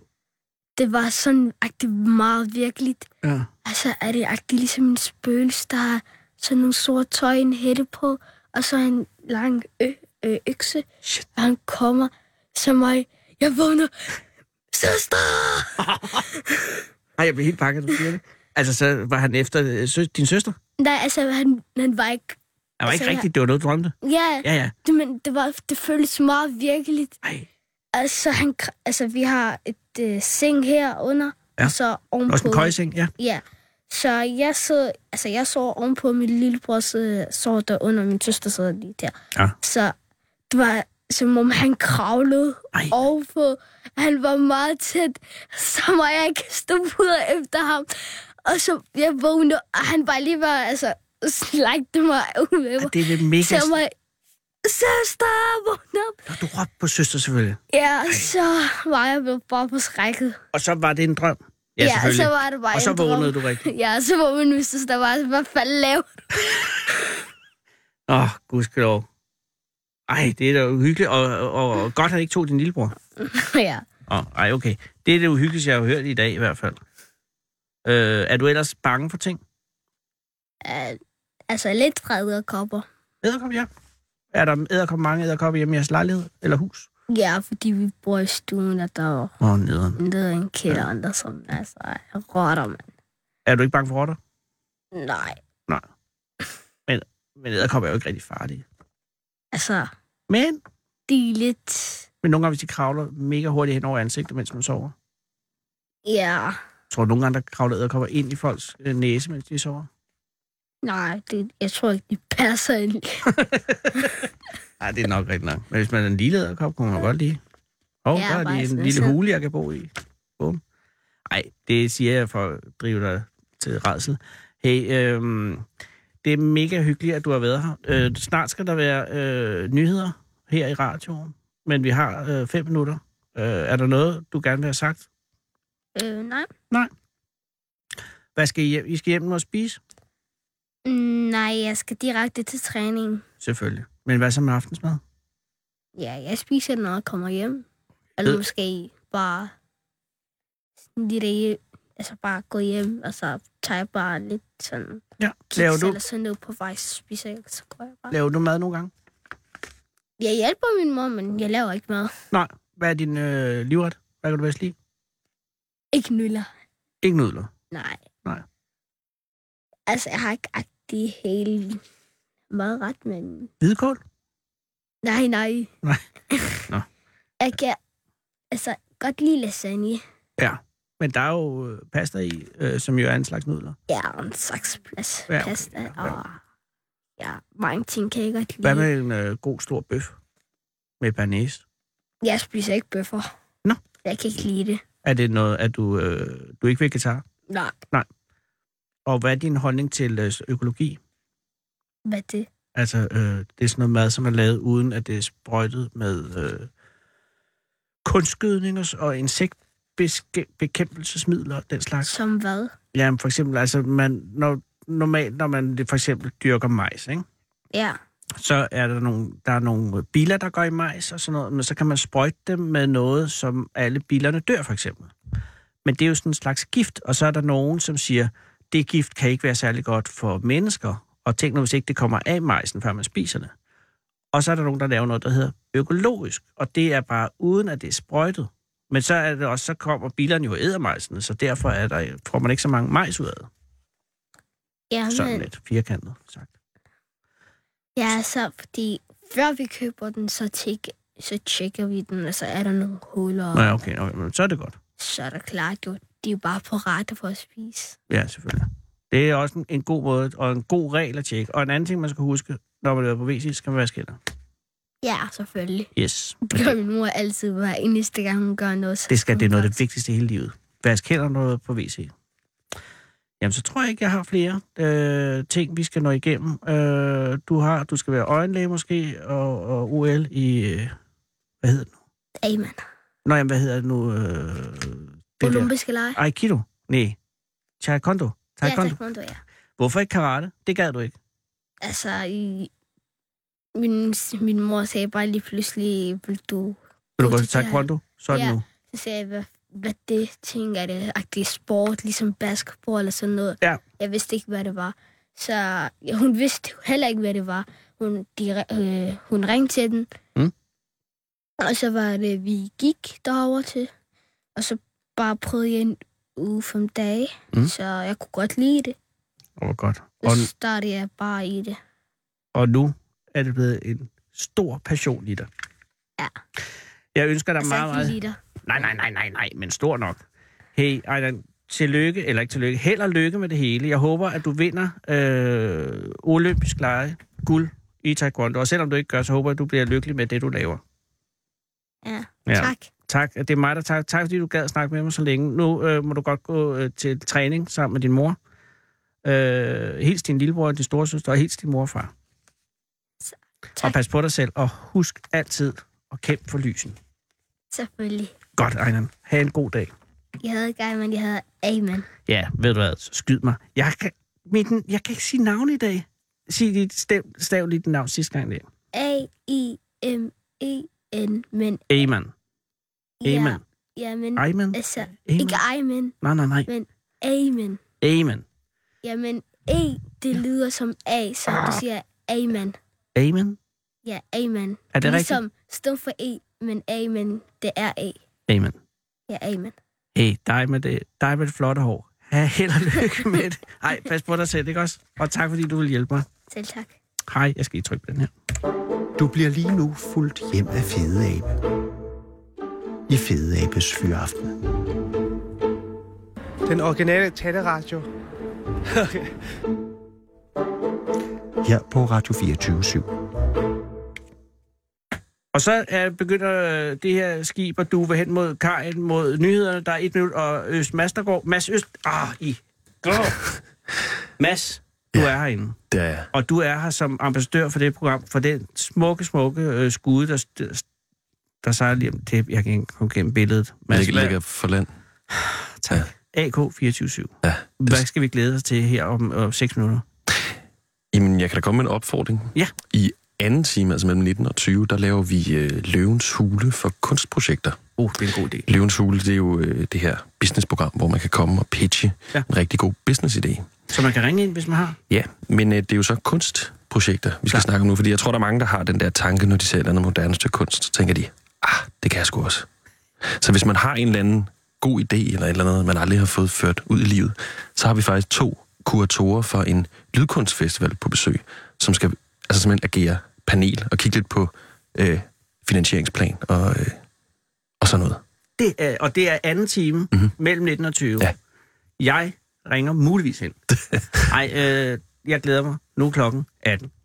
Speaker 6: det var sådan rigtig meget virkeligt.
Speaker 5: Ja.
Speaker 6: Altså er det rigtig ligesom en spøgelse, der har sådan nogle sorte tøj, en hætte på, og så en lang ø- ø- økse,
Speaker 5: Shit.
Speaker 6: og han kommer som mig. Jeg vågner. Søster!
Speaker 5: Ej, jeg blev helt pakket, du siger det. Altså, så var han efter øh, sø- din søster?
Speaker 6: Nej, altså han, han var ikke...
Speaker 5: Det var ikke
Speaker 6: Altså, jeg-
Speaker 5: rigtigt, det var noget, du drømte.
Speaker 6: Ja,
Speaker 5: Ja, ja.
Speaker 6: det, men det, var, det føltes meget virkeligt.
Speaker 5: Ej.
Speaker 6: Altså, han, kr- altså vi har et øh, seng her under,
Speaker 5: Ja.
Speaker 6: og så ovenpå...
Speaker 5: Også en køjseng, ja.
Speaker 6: Ja, så jeg sidder, altså jeg sover ovenpå, min lillebror sidder, sover der under, min søster sidder lige der.
Speaker 5: Ja.
Speaker 6: Så det var som om han kravlede
Speaker 5: Ej.
Speaker 6: ovenpå. Han var meget tæt, så må jeg ikke stå ud efter ham. Og så jeg vågnede, og han bare lige var, altså, slagte mig ud med
Speaker 5: Ej,
Speaker 6: mig.
Speaker 5: det er det mega...
Speaker 6: Så jeg var, søster, vågn op.
Speaker 5: Nå, du råbte på søster, selvfølgelig.
Speaker 6: Ja, så var jeg blevet bare på skrækket.
Speaker 5: Og så var det en drøm. Ja,
Speaker 6: ja
Speaker 5: selvfølgelig.
Speaker 6: så var det bare
Speaker 5: og så
Speaker 6: en drøm.
Speaker 5: vågnede du rigtigt.
Speaker 6: Ja, så var min søster bare, hvad fanden laver du?
Speaker 5: Åh, oh, gudskelov. Ej, det er da uhyggeligt, og, og, og godt, han ikke tog din lillebror.
Speaker 6: Ja.
Speaker 5: Oh, ej, okay. Det er det uhyggeligste, jeg har hørt i dag i hvert fald. Øh, er du ellers bange for ting?
Speaker 6: Uh, altså lidt fra æderkopper.
Speaker 5: Æderkop, ja. Er der æderkop, mange æderkopper hjemme i jeres lejlighed eller hus?
Speaker 6: Ja, fordi vi bor i stuen, og der er
Speaker 5: Åh, oh, nederen.
Speaker 6: nede en kælder, ja. der som altså rotter, man.
Speaker 5: Er du ikke bange for rotter?
Speaker 6: Nej,
Speaker 5: Men æderkop er jo ikke rigtig farlige.
Speaker 6: altså,
Speaker 5: Men,
Speaker 6: de er lidt...
Speaker 5: men nogle gange, hvis de kravler mega hurtigt hen over ansigtet, mens man sover.
Speaker 6: Ja,
Speaker 5: Jeg tror, nogle gange, der kravler æderkopper ind i folks øh, næse, mens de sover.
Speaker 6: nej, det, jeg tror ikke, de passer ind.
Speaker 5: Nej, det er nok rigtig nok. Men hvis man er en lille æderkop, kunne man godt lide. Åh, oh,
Speaker 6: Ja,
Speaker 5: ja, der er
Speaker 6: bare
Speaker 5: lige en
Speaker 6: sådan
Speaker 5: lille
Speaker 6: en-
Speaker 5: hule, jeg kan bo i. Bum. Ej, det siger jeg for at drive dig til redsel. Hey, øhm, det er mega hyggeligt, at du har været her. Øh, snart skal der være øh, nyheder her i radioen, men vi har øh, fem minutter. Øh, er der noget, du gerne vil have sagt?
Speaker 6: Øh, nej.
Speaker 5: Hvad skal I hjem? I skal hjem nu og spise?
Speaker 6: Mm, nej, jeg skal direkte til træning.
Speaker 5: Selvfølgelig. Men hvad så med aftensmad?
Speaker 6: Ja, jeg spiser, når jeg kommer hjem. Eller
Speaker 5: Øh.
Speaker 6: måske bare... sådan Lige derhjemme, altså bare gå hjem, og så tager jeg bare lidt sådan...
Speaker 5: Ja.
Speaker 6: kiks
Speaker 5: Laver du,
Speaker 6: eller sådan noget på vej, så spiser jeg, så går jeg bare.
Speaker 5: laver du mad nogle gange?
Speaker 6: Jeg hjælper min mor, men jeg laver ikke mad.
Speaker 5: Nej. Hvad er din øh, livret? Hvad kan du bedst lide?
Speaker 6: Ikke nyller.
Speaker 5: Ikke nudler.
Speaker 6: Nej.
Speaker 5: Nej.
Speaker 6: Altså, jeg har ikke rigtig hele meget ret, men...
Speaker 5: Hvidkål?
Speaker 6: Nej, nej.
Speaker 5: Nej. Nå.
Speaker 6: jeg kan altså godt lide lasagne.
Speaker 5: Ja. Men der er jo øh, pasta i, øh, som jo er en slags nudler.
Speaker 6: Ja, og en slags plads,
Speaker 5: Ja, okay,
Speaker 6: pasta,
Speaker 5: ja, ja.
Speaker 6: og ja, mange ting kan jeg godt lide.
Speaker 5: Hvad med en øh, god stor bøf med bernæs?
Speaker 6: Jeg spiser ikke bøffer.
Speaker 5: Nå.
Speaker 6: Jeg kan ikke lide det.
Speaker 5: Er det noget, at du, øh, du er ikke vegetar?
Speaker 6: Nej,
Speaker 5: Og hvad er din holdning til øh, økologi?
Speaker 6: hvad er det?
Speaker 5: Altså, øh, det er sådan noget mad, som er lavet uden, at det er sprøjtet med øh, kunstgødning og, s- og insektbekæmpelsesmidler og den slags.
Speaker 6: Som hvad?
Speaker 5: Ja, for eksempel, altså, man, når, normalt, når man for eksempel dyrker majs, ikke?
Speaker 6: Ja,
Speaker 5: så er der nogle, der er nogle biler, der går i majs og sådan noget, men så kan man sprøjte dem med noget, som alle bilerne dør, for eksempel. Men det er jo sådan en slags gift, og så er der nogen, som siger, det gift kan ikke være særlig godt for mennesker, og tænk nu, hvis ikke det kommer af majsen, før man spiser det. Og så er der nogen, der laver noget, der hedder økologisk, og det er bare uden, at det er sprøjtet. Men så er det også, så kommer bilerne jo og æder majsen, så derfor er der, får man ikke så mange majs ud af det.
Speaker 6: ja
Speaker 5: Sådan
Speaker 6: men,
Speaker 5: lidt firkantet sagt.
Speaker 6: ja, så fordi før vi køber den, så, tjek, så tjekker vi den, og så er der nogle huller,
Speaker 5: Nå ja, okay, okay, men så er det godt.
Speaker 6: så er der klart jo, de er jo bare på rette for at spise.
Speaker 5: Ja, selvfølgelig. Det er også en, en god måde, og en god regel at tjekke. Og en anden ting, man skal huske, når man er på VC, skal man vaske hænder.
Speaker 6: Ja, selvfølgelig.
Speaker 5: Yes.
Speaker 6: Det gør min mor altid hver eneste gang, hun gør noget. så
Speaker 5: Det skal,
Speaker 6: hun
Speaker 5: det er noget af
Speaker 6: bare-
Speaker 5: det vigtigste i hele livet. Vask hænder, når du er på VC. Jamen, så tror jeg ikke, jeg har flere øh, ting, vi skal nå igennem. Øh, du har, du skal være øjenlæge måske, og, og OL i, øh, hvad hedder det nu?
Speaker 6: Amen.
Speaker 5: Nå, jamen, hvad hedder det nu? Øh, det der.
Speaker 6: Olympiske lege.
Speaker 5: Aikido? Nej. Taekwondo?
Speaker 6: Ja,
Speaker 5: Taekwondo?
Speaker 6: taekwondo, ja.
Speaker 5: Hvorfor ikke karate? Det gad du ikke.
Speaker 6: Altså, i... Min, min mor sagde bare lige pludselig, vil du...
Speaker 5: Vil du gå til
Speaker 6: Det gad jeg.
Speaker 5: taekwondo? Sådan
Speaker 6: Ja.
Speaker 5: nu.
Speaker 6: Så sagde jeg, hvad, hvad det ting er det? Agtig sport, ligesom basketball eller sådan noget.
Speaker 5: Ja.
Speaker 6: Jeg vidste ikke, hvad det var. Så ja, hun vidste heller ikke, hvad det var. Hun, de, øh, hun ringte til den.
Speaker 5: Mm.
Speaker 6: Og så var det, vi gik derover til. Og så bare prøvede jeg en uge fem dage.
Speaker 5: Mm.
Speaker 6: Så jeg kunne godt lide det.
Speaker 5: Åh, oh, godt. Og,
Speaker 6: Så startede jeg bare i det.
Speaker 5: og nu er det blevet en stor passion i dig.
Speaker 6: Ja.
Speaker 5: Jeg ønsker dig
Speaker 6: Altså,
Speaker 5: meget,
Speaker 6: jeg kan
Speaker 5: meget...
Speaker 6: lide det.
Speaker 5: Nej, nej, nej, nej, nej, men stor nok. Hey, Ejdan, tillykke, eller ikke tillykke, held og lykke med det hele. Jeg håber, at du vinder øh, olympisk lege guld i taekwondo. Og selvom du ikke gør, så håber jeg, at du bliver lykkelig med det, du laver.
Speaker 6: Ja.
Speaker 5: Ja.
Speaker 6: Tak.
Speaker 5: Tak, det er mig, der tak. Tak, fordi du gad at snakke med mig så længe. Nu øh, må du godt gå øh, til træning sammen med din mor. Øh, hils din lillebror og din storesøster, og hils din mor og far.
Speaker 6: Tak.
Speaker 5: Og pas på dig selv, og husk altid at kæmpe for lysen.
Speaker 6: Selvfølgelig.
Speaker 5: Godt, Ejnan. Ha' en god dag.
Speaker 6: Jeg havde ikke men jeg havde Amen.
Speaker 5: Ja, ved du hvad, så skyd mig. Jeg kan, min, jeg kan ikke sige navn i dag. Sig dit stav, stav lige dit navn sidste gang. Der.
Speaker 6: A-I-M-E-N, E men...
Speaker 5: Amen. Amen.
Speaker 6: Ja, ja men...
Speaker 5: Amen.
Speaker 6: Altså,
Speaker 5: Amen.
Speaker 6: ikke Amen,
Speaker 5: Nej, nej, nej.
Speaker 6: Amen.
Speaker 5: Amen.
Speaker 6: Jamen, E, det lyder som A, så
Speaker 5: Ah.
Speaker 6: du siger Amen.
Speaker 5: Amen.
Speaker 6: Ja, Amen.
Speaker 5: Er det
Speaker 6: ligesom stum for E, men Amen, det er E.
Speaker 5: rigtigt? Amen.
Speaker 6: Ja, Amen.
Speaker 5: Hey, dig med det, dig med det flotte hår. Ha' held og lykke med det. Ej, pas på dig selv, ikke også? Og tak, fordi du vil hjælpe mig.
Speaker 6: Selv tak.
Speaker 5: Hej, jeg skal lige trykke på den her.
Speaker 3: Du bliver lige nu fuldt hjem af Fede Abe. I Fede Abes Fyraften.
Speaker 7: Den originale taleradio.
Speaker 3: Her på Radio 24 7.
Speaker 5: Og så er, begynder øh, det her skib at duve hen mod kajen, mod nyhederne. Der er et minut, og Øst Mastergaard... Mads Øst... Ah, I... Gå! Mads, du
Speaker 8: Ja.
Speaker 5: er herinde.
Speaker 8: Det er jeg.
Speaker 5: Og du er her som ambassadør for det program, for den smukke, smukke øh, skude, der, der, der sejler lige om det. Jeg kan ikke komme gennem billedet.
Speaker 8: Mads ligger for land.
Speaker 5: Tak. AK247.
Speaker 8: Ja.
Speaker 5: Hvad skal vi glæde os til her om, om 6 minutter?
Speaker 8: Jamen, jeg kan da komme med en opfordring.
Speaker 5: Ja.
Speaker 8: I anden time, altså mellem 19 og 20, der laver vi øh, Løvens Hule for kunstprojekter.
Speaker 5: Oh, det er en god idé.
Speaker 8: Løvens Hule, det er jo øh, det her businessprogram, hvor man kan komme og pitche
Speaker 5: Ja.
Speaker 8: ja. en rigtig god businessidé.
Speaker 5: Så man kan ringe ind, hvis man har.
Speaker 8: Ja, men øh, det er jo så kunstprojekter, vi skal
Speaker 5: Klart.
Speaker 8: ja. snakke om nu, fordi jeg tror, der er mange, der har den der tanke, når de ser et eller andet moderne stykke kunst, så tænker de, ah, det kan jeg sgu også. Så hvis man har en eller anden god idé, eller et eller andet, man aldrig har fået ført ud i livet, så har vi faktisk to kuratorer for en lydkunstfestival på besøg, som skal altså simpelthen agere panel og kigge lidt på øh, finansieringsplan og, øh, og sådan noget.
Speaker 5: det er, og det er anden time mm-hmm. mellem 19 og 20.
Speaker 8: Ja.
Speaker 5: Jeg ringer muligvis hen. Nej, øh, jeg glæder mig. Nu er klokken 18.